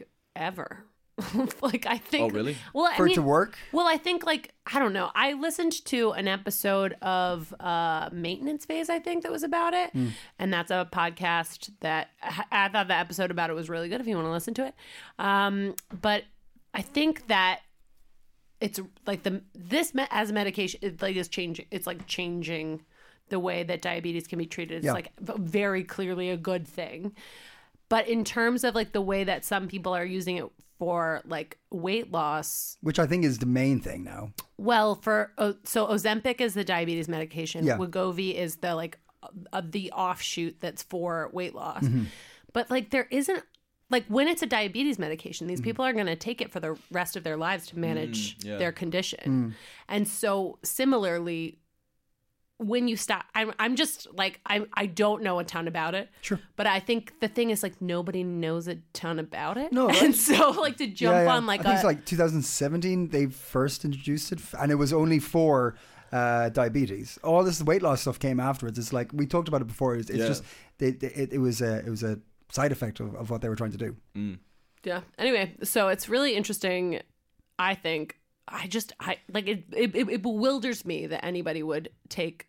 ever. like I think. Oh, really? Well, For I it mean, to work? Well, I think like I don't know. I listened to an episode of uh, Maintenance Phase. I think that was about it, and that's a podcast that I I thought the episode about it was really good. If you want to listen to it, um, but I think that it's like the this me- as a medication it like is changing it's like changing the way that diabetes can be treated it's Yeah. like v- very clearly a good thing but in terms of like the way that some people are using it for like weight loss Which I think is the main thing now. well for oh, so ozempic is the diabetes medication Yeah. wegovy is the like uh, the offshoot that's for weight loss Mm-hmm. but like there isn't like when it's a diabetes medication Mm. these people are going to take it for the rest of their lives to manage yeah. their Mm. condition and so similarly when you stop I'm, I'm just like I, I don't know a ton about it Sure. but i think the thing is like nobody knows a ton about it No, right. and so like to jump Yeah, yeah. on like I think a, it's like 2017 they first introduced it, and it was only for uh, diabetes. All this weight loss stuff came afterwards. It's like we talked about it before. It's, it's Yeah. just they, they, it, it was a it was a side effect of, of what they were trying to do. Yeah. Anyway, so it's really interesting. I think I just I like it. It, it, it bewilders me that anybody would take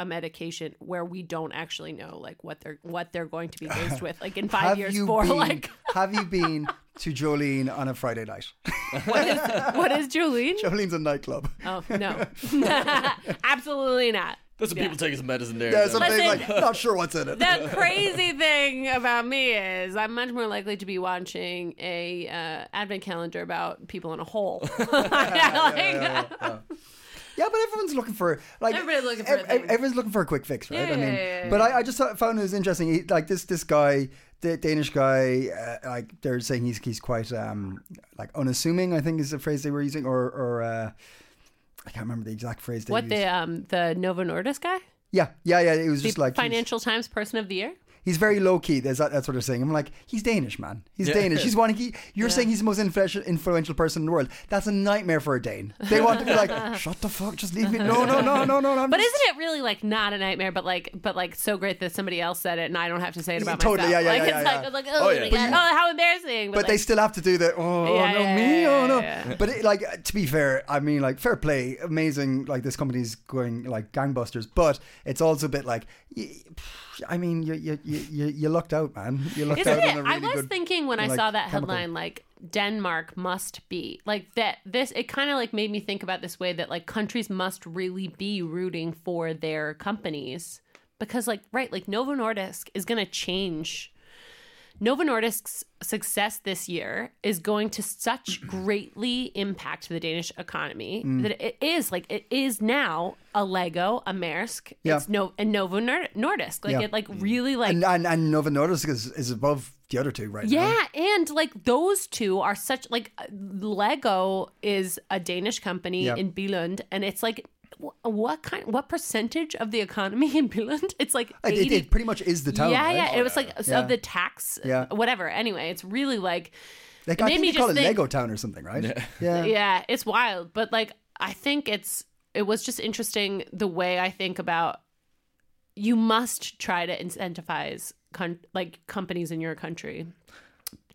a medication where we don't actually know like what they're what they're going to be faced with like in five years for been, like have you been to Jolene on a Friday night? what is what is Jolene? Jolene's a nightclub. Oh no, absolutely not. There's some people taking some medicine there. Yeah, something Listen. like not sure what's in it. The crazy thing about me is I'm much more likely to be watching a uh, advent calendar about people in a hole. Like- Yeah, but everyone's looking for like Everybody's looking for a thing. everyone's looking for a quick fix, right? I mean, yeah, yeah, but I, I just thought- found it was interesting. He, like this this guy, the Danish guy, uh, like they're saying he's he's quite um like unassuming. I think is the phrase they were using, or or uh, I can't remember the exact phrase they What used. the um the Novo Nordisk guy? yeah, yeah, yeah. It was just the like he's- Financial Times Person of the Year. He's, very low key. There's that, that's what they're saying. I'm like, he's Danish, man. He's Danish. He's one. He, you're saying he's the most influential influential person in the world. That's a nightmare for a Dane. They want to be like, shut the fuck, just leave me. No, no, no, no, no. no I'm But just- isn't it really like not a nightmare, but like but like so great that somebody else said it and I don't have to say it Yeah, about totally. myself. Yeah, yeah, like yeah, it's yeah, like, yeah. like oh, my God. oh how embarrassing. but they like, still have to do the oh, Yeah, oh, no yeah, me yeah, oh yeah, no yeah. but it, like to be fair i mean like fair play amazing like this company's going like gangbusters but it's also a bit like y- pff, i mean you you you, you, you lucked out man you lucked isn't out it? on a really I was good thinking when I like, saw that chemical. headline like Denmark must be like that this it kind of like made me think about this way that like countries must really be rooting for their companies because like right like Novo Nordisk is going to change Novo Nordisk's success this year is going to such greatly impact the Danish economy Mm. that it is like it is now a Lego, a Maersk, Yeah. it's no and Novo Nor- Nordisk. Like Yeah. it like really like and, and and Novo Nordisk is, is above the other two right now. yeah, and like those two are such like uh, Lego is a Danish company Yeah. in Billund, and it's like wh- what kind, what percentage of the economy in Billund? It's like it, it, eighty. it pretty much is the town yeah, right? yeah. It was like Yeah. of the tax, Yeah. whatever. Anyway, it's really like, like it i made think me they call just it think- lego town or something right yeah, yeah. it's wild. But like, I think it's it was just interesting the way I think about. You must try to incentivize con- like companies in your country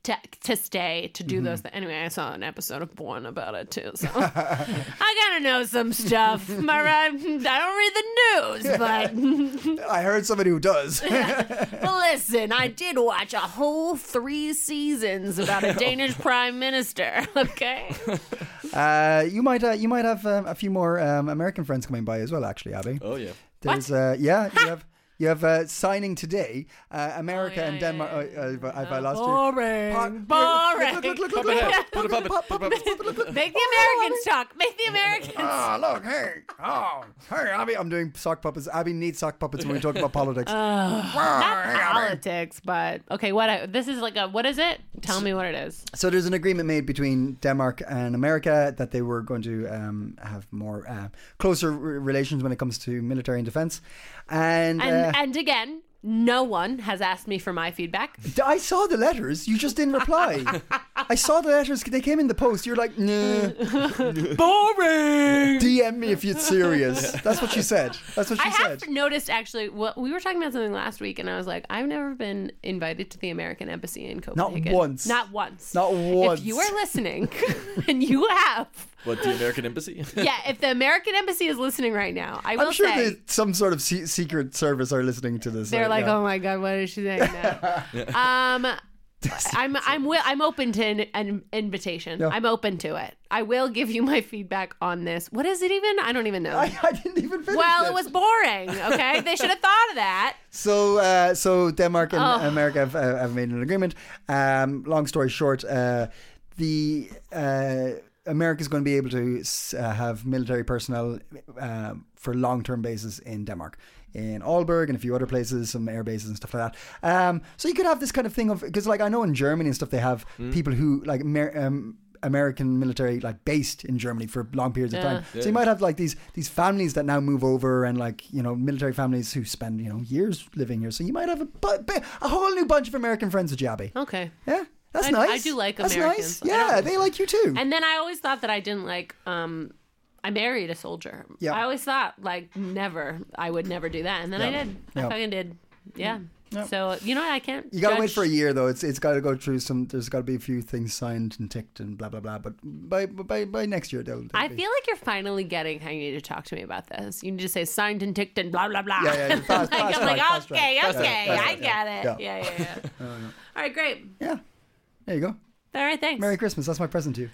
to, to stay to do those things. Anyway, I saw an episode of Born about it too, so I gotta know some stuff. Am I right? I don't read the news, but I heard somebody who does. Well, Listen, I did watch a whole three seasons about a Danish prime minister. Okay, uh, you might uh, you might have um, a few more um, American friends coming by as well. Actually, Abby. Oh yeah. There's uh, yeah, you have you have uh, signing today. Uh, America and Denmark. oh, uh, have I- have I lost boring, you? Pa- boring. Look, look, look, look, look, Puppet look. head, put a puppet, put a puppet. Make the Americans talk. Make the Americans. Ah, look, hey, oh, hey, Abby, I'm doing sock puppets. Abby needs sock puppets when we talk about politics. Uh, Ah, Not politics, but okay. What I, this is like a what is it? Tell me what it is. So there's an agreement made between Denmark and America that they were going to um, have more uh, closer re- relations when it comes to military and defense. And, And uh, and again, no one has asked me for my feedback. d- I saw the letters. You just didn't reply. I saw the letters. They came in the post. You're like, nah. Boring. DM me if you're serious. That's what she said. That's what she I said. have noticed actually. What we were talking about something last week, and I was like, I've never been invited to the American Embassy in Copenhagen. once. Not once. Not once. If you are listening, and you have, What the American embassy? yeah. If the American Embassy is listening right now, I will I'm sure say. that some sort of se- secret service are listening to this. They're uh, like, yeah. oh my god, what is she saying now? um, I'm I'm wi- I'm open to an, an invitation. I'm open to it. I will give you my feedback on this. What is it even? I don't even know. I, I didn't even finish well, it that. was boring. Okay, they should have thought of that. So, uh, so Denmark and America have, uh, have made an agreement. Um, long story short, uh, the uh, America is going to be able to s- uh, have military personnel uh, for long-term bases in Denmark, in Aalborg and a few other places, some air bases and stuff like that. Um, so you could have this kind of thing of because, like, I know in Germany and stuff they have people who like. Amer- um, American military like based in Germany for long periods of time. So you might have like these these families that now move over and like you know military families who spend you know years living here. So you might have a, bu- bu- a whole new bunch of American friends with Jabby. Okay. Yeah, that's I- nice. I do like that's Americans. I Nice. Yeah, they like you too. And then I always thought that I didn't like. Um, I married a soldier. Yeah. I always thought like never, I would never do that, and then I did. Yeah. I fucking did. Yeah. So you know what? I can't. you gotta wait judge- for a year though. It's it's gotta go through some. There's gotta be a few things signed and ticked and blah blah blah. But by by by next year they'll. they'll I be- feel like you're finally getting how you need to talk to me about this. You need to say signed and ticked and blah blah blah. Yeah, yeah, fast- like, fast I'm like, track, fast okay, track. okay, Fast track, I get it. yeah. Yeah, yeah, yeah. All right, great. yeah. There you go. All right, thanks. Merry Christmas. That's my present to you.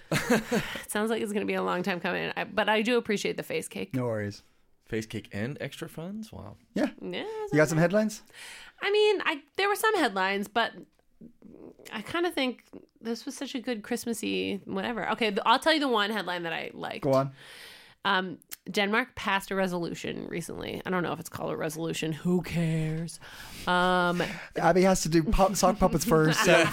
It sounds like it's gonna be a long time coming, I, but I do appreciate the face cake. No worries. Face cake and extra funds. Wow. Yeah. Yeah, it's You got some headlines? I mean, I there were some headlines, but I kind of think this was such a good Christmassy whatever. Okay, th- I'll tell you the one headline that I liked. Go on. Um, Denmark passed a resolution recently. I don't know if it's called a resolution. Who cares? Um, Abby has to do pop, sock puppets for herself.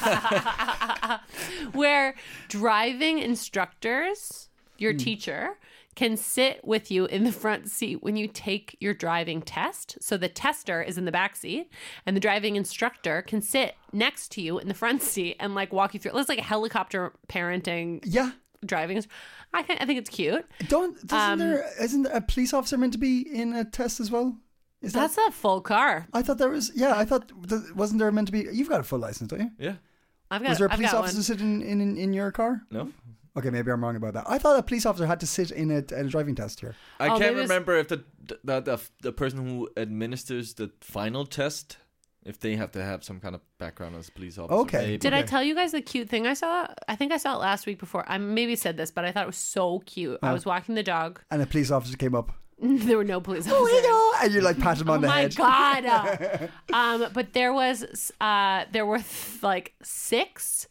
where driving instructors, Hmm. your teacher, can sit with you in the front seat when you take your driving test. So the tester is in the back seat, and the driving instructor can sit next to you in the front seat and like walk you through. It's like a helicopter parenting yeah. driving. I can, I think it's cute. Don't doesn't Um, there isn't a police officer meant to be in a test as well? Is that That's a full car. I thought there was yeah, I thought th- wasn't there meant to be you've got a full license, don't you? Yeah. I've got. Was there a I've police got officer one. sitting in, in, in your car? No. Okay, maybe I'm wrong about that. I thought a police officer had to sit in a, a driving test here. I Oh, can't maybe it's- remember if the the, the the person who administers the final test, if they have to have some kind of background as a police officer. Okay. maybe. Did I tell you guys the cute thing I saw? I think I saw it last week before. I maybe said this, but I thought it was so cute. Oh. I was walking the dog. And a police officer came up. there were no police Oh, officers. hello! And you like pat him on Oh the my head. god! um, but there was uh, there were th- like six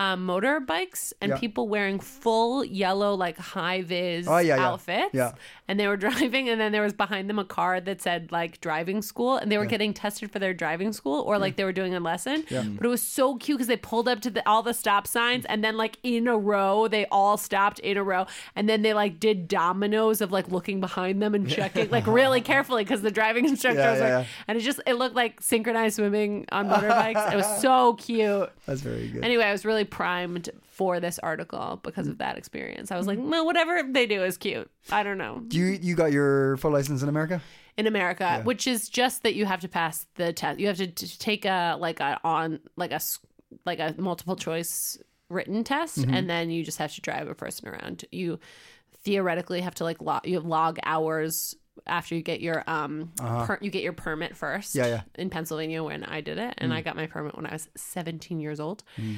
um, motorbikes and Yeah. people wearing full yellow like high vis Oh, yeah, yeah. outfits. Yeah. and they were driving, and then there was behind them a car that said like driving school, and they were getting tested for their driving school or Mm. like they were doing a lesson. But it was so cute because they pulled up to the, all the stop signs, and then like in a row, they all stopped in a row, and then they like did dominoes of like looking behind them and checking like really carefully because the driving instructor Yeah, was yeah, like, yeah. and it just it looked like synchronized swimming on motorbikes. it was so cute. That's very good. Anyway, I was really primed for this article because of that experience. I was Mm. like, well, whatever they do is cute. I don't know you you got your full license in America? in America, which is just that you have to pass the test. You have to t- take a like a on like a s- like a multiple choice written test, Mm-hmm. and then you just have to drive a person around. You theoretically have to like log you log hours after you get your um per- you get your permit first. Uh-huh. Yeah, Mm. yeah. In Pennsylvania, when I did it, and I got my permit when I was 17 years old. Mm.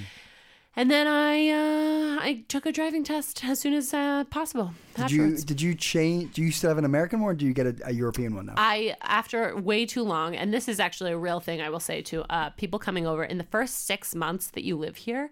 And then I uh, I took a driving test as soon as uh, possible. Did you afterwards. did you change? Do you still have an American one? or Do you get a, a European one now? I after way too long, and this is actually a real thing I will say to uh, people coming over in the first six months that you live here,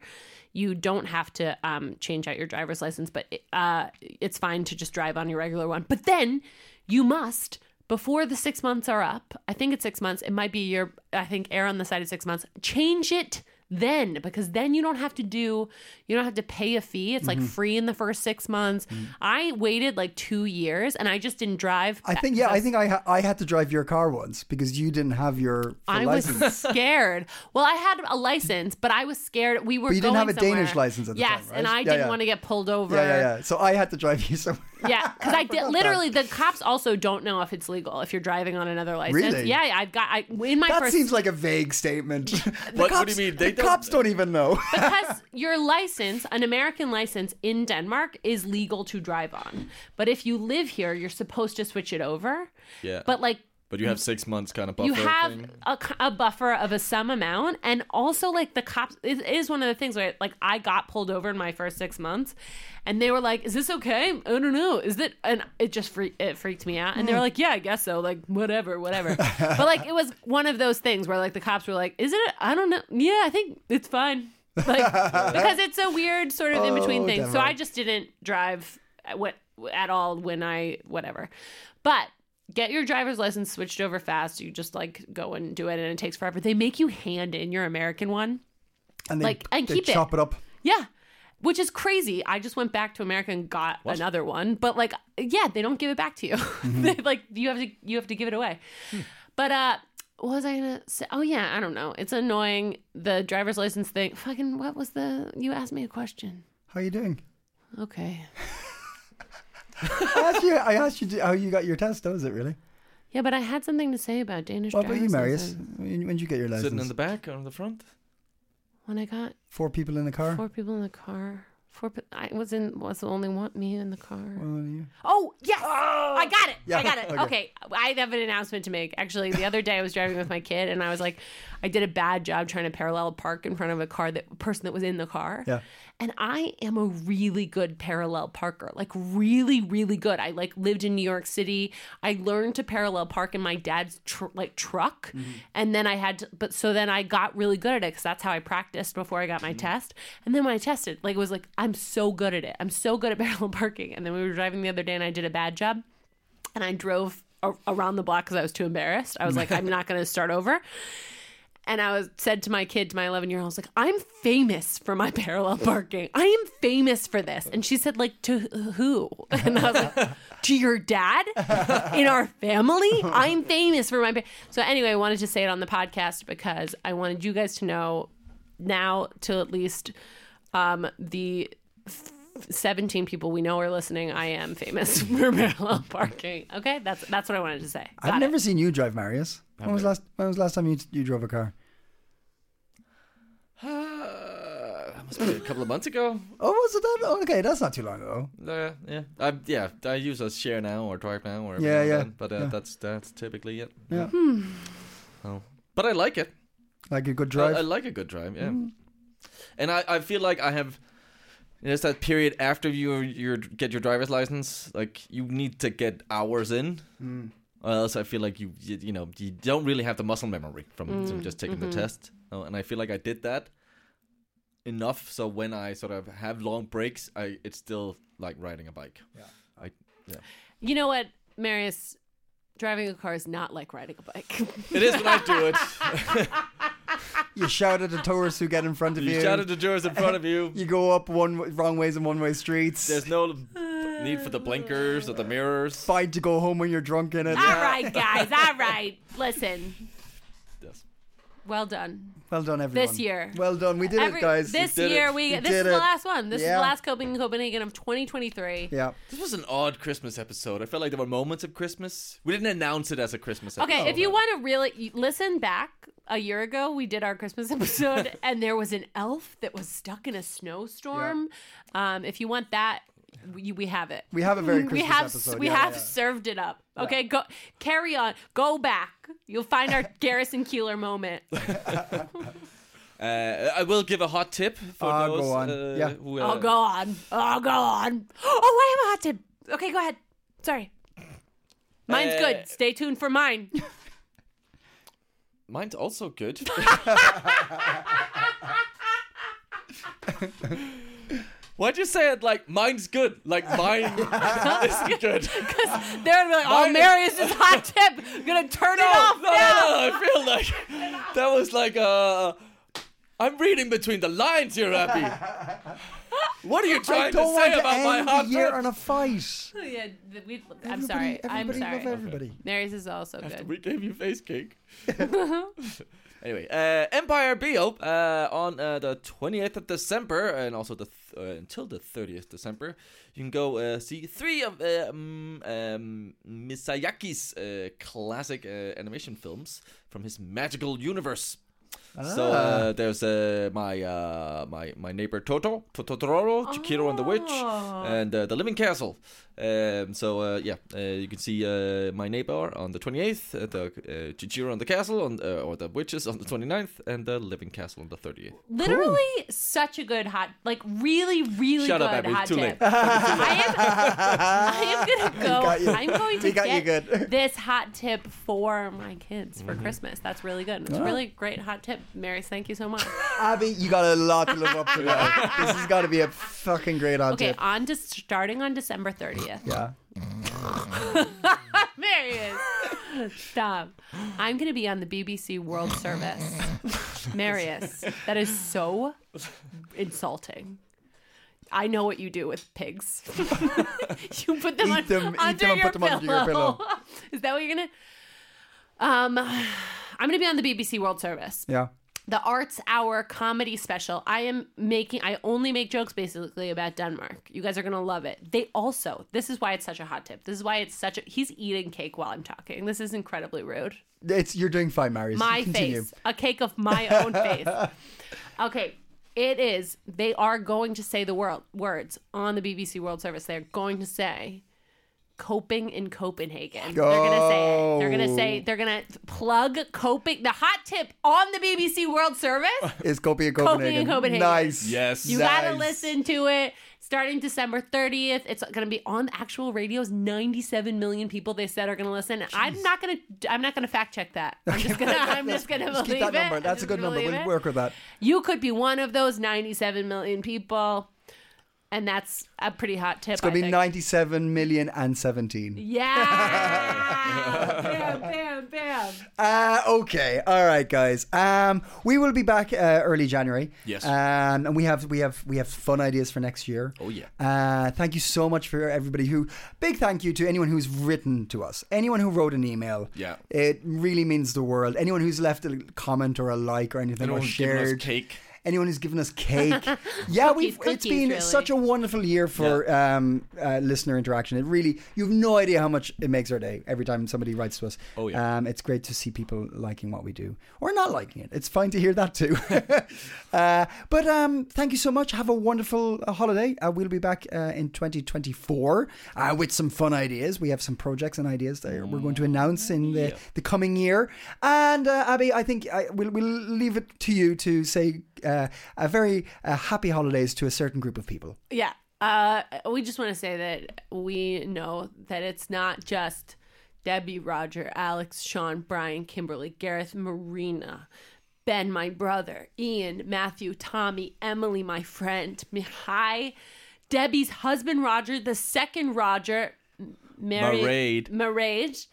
you don't have to um, change out your driver's license, but uh, it's fine to just drive on your regular one. But then you must before the six months are up. I think it's six months. It might be a year. I think err on the side of six months. Change it then because then you don't have to do you don't have to pay a fee it's Mm-hmm. like free in the first six months i waited like two years and i just didn't drive I think yeah. I think I ha- I had to drive your car once because you didn't have your full I license. was scared. Well, I had a license, but I was scared. We were. But you didn't have going a Danish somewhere. license at the yes, time, right? and I Yeah, didn't yeah. want to get pulled over. yeah, yeah, yeah. So I had to drive you somewhere. Yeah, because I did literally. The cops also don't know if it's legal if you're driving on another license. Really? Yeah, I've got. I in my That first seems like a vague statement. The what do cops- you mean? They the don't- cops don't even know. because your license, an American license in Denmark, is legal to drive on. But if you live here, you're supposed to switch it over. Yeah. But like But you have six months kind of buffer. you have thing. a, c- a buffer of a some amount and also like the cops it is one of the things where like i got pulled over in my first six months and they were like is this okay i don't know is it and it just freak, it freaked me out and they were like yeah i guess so like whatever whatever but like it was one of those things where like the cops were like is it i don't know yeah i think it's fine like because it's a weird sort of in Oh, between thing so i just didn't drive at what at all when i whatever but get your driver's license switched over fast. You just like go and do it, and it takes forever. They make you hand in your American one. And they, Like, and they keep it. chop it up. Yeah. Which is crazy. I just went back to America and got another one, but like, yeah, they don't give it back to you. They- like, you have to, you have to give it away. But uh, what was I gonna say? Oh yeah, I don't know. It's annoying the driver's license thing. Fucking, what was the? You asked me a question. How are you doing? Okay. I asked you. I asked you how you got your test. That was it, really. Yeah, but I had something to say about Danish. What about you, driver's Marius? license. When, when did you get your Sitting in license? the back or in the front? When I got Four people in the car. Four people in the car. Four. Pe- I was in. Was the only one me in the car. Well, yeah. Oh yes, I got it. Yeah, I got it. okay. Okay. I have an announcement to make. Actually, the other day I was driving with my kid, and I was like, I did a bad job trying to parallel park in front of a car that person that was in the car. Yeah. And I am a really good parallel parker, like really, really good. I like lived in New York City. I learned to parallel park in my dad's tr- like truck, and then I had, to, but so then I got really good at it because that's how I practiced before I got my test. And then when I tested, like it was like I'm so good at it. I'm so good at parallel parking. And then we were driving the other day, and I did a bad job and I drove a- around the block because I was too embarrassed. I was like, I'm not going to start over. And I was said to my kid, to my 11 year old, I was like, I'm famous for my parallel parking. I am famous for this. And she said, like, to who? And I was like, to your dad in our family. I'm famous for my. Pa-. So anyway, I wanted to say it on the podcast because I wanted you guys to know now to at least um, the 17 people we know are listening, I am famous for parallel parking. Okay, that's that's what I wanted to say. I've Got never it. seen you drive, Marius. When was last? When was the last time you you drove a car? Uh, that must be a couple of months ago. Oh, was it that? Oh, okay, that's not too long ago. Uh, yeah, I, yeah. I use a share now or drive now or every Yeah, now and yeah, then, But uh, yeah. that's that's typically it. Yeah. Oh. But I like it. Like a good drive. I, I like a good drive. Yeah. And I, I feel like I have. There's that period after you you get your driver's license. Like you need to get hours in. Or else I feel like you, you you know you don't really have the muscle memory from, from just taking the test. Oh, and I feel like I did that enough. So when I sort of have long breaks, I it's still like riding a bike. Yeah. I, yeah. You know what, Marius? Driving a car is not like riding a bike. It is when I do it. you shout at the tourists who get in front of you. you shout at the jurors in front of you. You go up one wrong ways and one way streets. There's no need for the blinkers or the mirrors. fine to go home when you're drunk in it. all right, guys. All right. Listen, Yes. well done. Well done, everyone. year. Well done. We did Every- it, guys. This did it. year we. You this is did the it. last one. This is Yeah. the last Copenhagen Copenhagen of 2023. yeah. This was an odd Christmas episode. I felt like there were moments of Christmas. We didn't announce it as a Christmas episode. Okay, if you want to really you- listen back a year ago we did our Christmas episode, and there was an elf that was stuck in a snowstorm. Um, if you want that, we, we have it. We have a very Christmas we have episode. we Yeah, have yeah. served it up. Okay, go carry on. Go back. You'll find our Garrison Keeler moment. Uh, I will give a hot tip for Ah, go those on. uh, Yeah. who uh, I'll Oh, go on. I'll go on. Oh, I have a hot tip. Okay, go ahead. Sorry. Mine's Eh. Uh, good. Stay tuned for mine. Mine's also good. Why'd you say it like mine's good? Like mine isn't good. They're gonna be like, oh, Mine- Marius' hot tip. I'm gonna turn it off no, no, no, now. I feel like that was like uh I'm reading between the lines here, Abby. What are you I trying to don't want say to about my end hot the year tip? on a fight. Yeah, th- we, I'm Everybody- sorry. I'm everybody sorry. Love everybody. Mary's is also good. We gave you face cake. anyway, uh, Empire Bio uh, on uh, the 28th of December and also the th- uh, until the 30th December, you can go uh, see three of uh, um, um, Misayaki's uh, classic uh, animation films from his magical universe. So uh, there's uh, my uh, my my neighbor Toto, Totoro, Chikiro and the Witch, and uh, the Living Castle. Um, so uh, yeah, uh, you can see uh, my neighbor on the 28th, uh, the uh, Chikiro and the Castle, on uh, or the Witches on the 29th, and the Living Castle on the 30th. Literally such a good hot, like really, really Shut good up, Abby. hot Too tip. late. I am, I am gonna go. got you. I'm going to He got you get good. this hot tip for my kids for Christmas. That's really good. It's a really great hot tip, Mary's. Thank you so much. Abby, you got a lot to live up to. now. This has got to be a fucking great on Okay, uh, tip. on to starting on December 30th. Yeah. Marius, stop. I'm going to be on the BBC World Service. Marius, that is so insulting. I know what you do with pigs. you put them, Eat them- eat on, under, them and your put them under your pillow. Is that what you're going to? Um, I'm going to be on the BBC World Service Yeah. the arts hour comedy special i am making i only make jokes basically about denmark you guys are gonna love it they also this is why it's such a hot tip this is why it's such a he's eating cake while i'm talking this is incredibly rude It's you're doing fine, Marius. my Continue. face a cake of my own face okay it is they are going to say the world words on the bbc world service they're going to say coping in copenhagen they're gonna say it. they're gonna say they're gonna plug coping the hot tip on the bbc world service Is Copia Copenhagen, Copenhagen. Copenhagen. Nice. Yes. You Nice. gotta listen to it. Starting December 30th, it's gonna be on the actual radios. 97 million people they said are gonna listen. I'm not gonna. I'm not gonna fact check that. I'm just gonna. I'm just gonna Just believe keep that it. number. I'm That's a just good gonna number. believe We'll it. work with that. You could be one of those 97 million people, and that's a pretty hot tip. It's Gonna I be think. 97 million and 17. Yeah. bam, bam, bam. Uh, okay, all right, guys. Um, we will be back uh, early January. Yes. Um, and we have we have we have fun ideas for next year. Oh yeah. Uh, thank you so much for everybody who. Big thank you to anyone who's written to us. Anyone who wrote an email. Yeah. It really means the world. Anyone who's left a comment or a like or anything Anyone or who's given us shared cake. Anyone who's given us cake. yeah, we've. Cookies, it's been cookies, such a really. wonderful year for um, uh, listener interaction. It really, you have no idea how much it makes our day every time somebody writes to us. Oh yeah. Um, it's great to see people liking what we do or not liking it. It's fine to hear that too. uh, but um, thank you so much. Have a wonderful uh, holiday. Uh, we'll be back uh, in 2024 uh, with some fun ideas. We have some projects and ideas that we're going to announce in the, the coming year. And uh, Abby, I think I, we'll, we'll leave it to you to say uh, a very uh, happy holidays to a certain group of people. Yeah. Uh, we just want to say that we know that it's not just Debbie, Roger, Alex, Sean, Brian, Kimberly, Gareth, Marina, Ben, my brother, Ian, Matthew, Tommy, Emily, my friend, Mihai, Debbie's husband, Roger, the second Roger, Mary, Marade. Marade,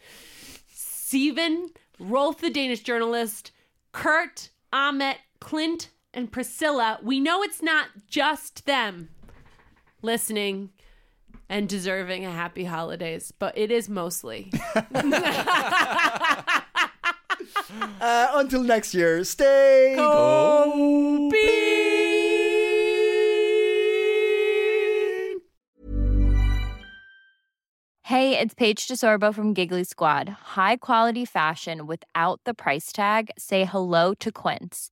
Steven, Rolf, the Danish journalist, Kurt, Ahmet, Clint, and Priscilla. We know it's not just them listening and deserving a happy holidays, but it is mostly. Uh, until next year, stay. Hey, Hey, it's Paige DeSorbo from Giggly Squad. High quality fashion without the price tag. Say hello to Quince.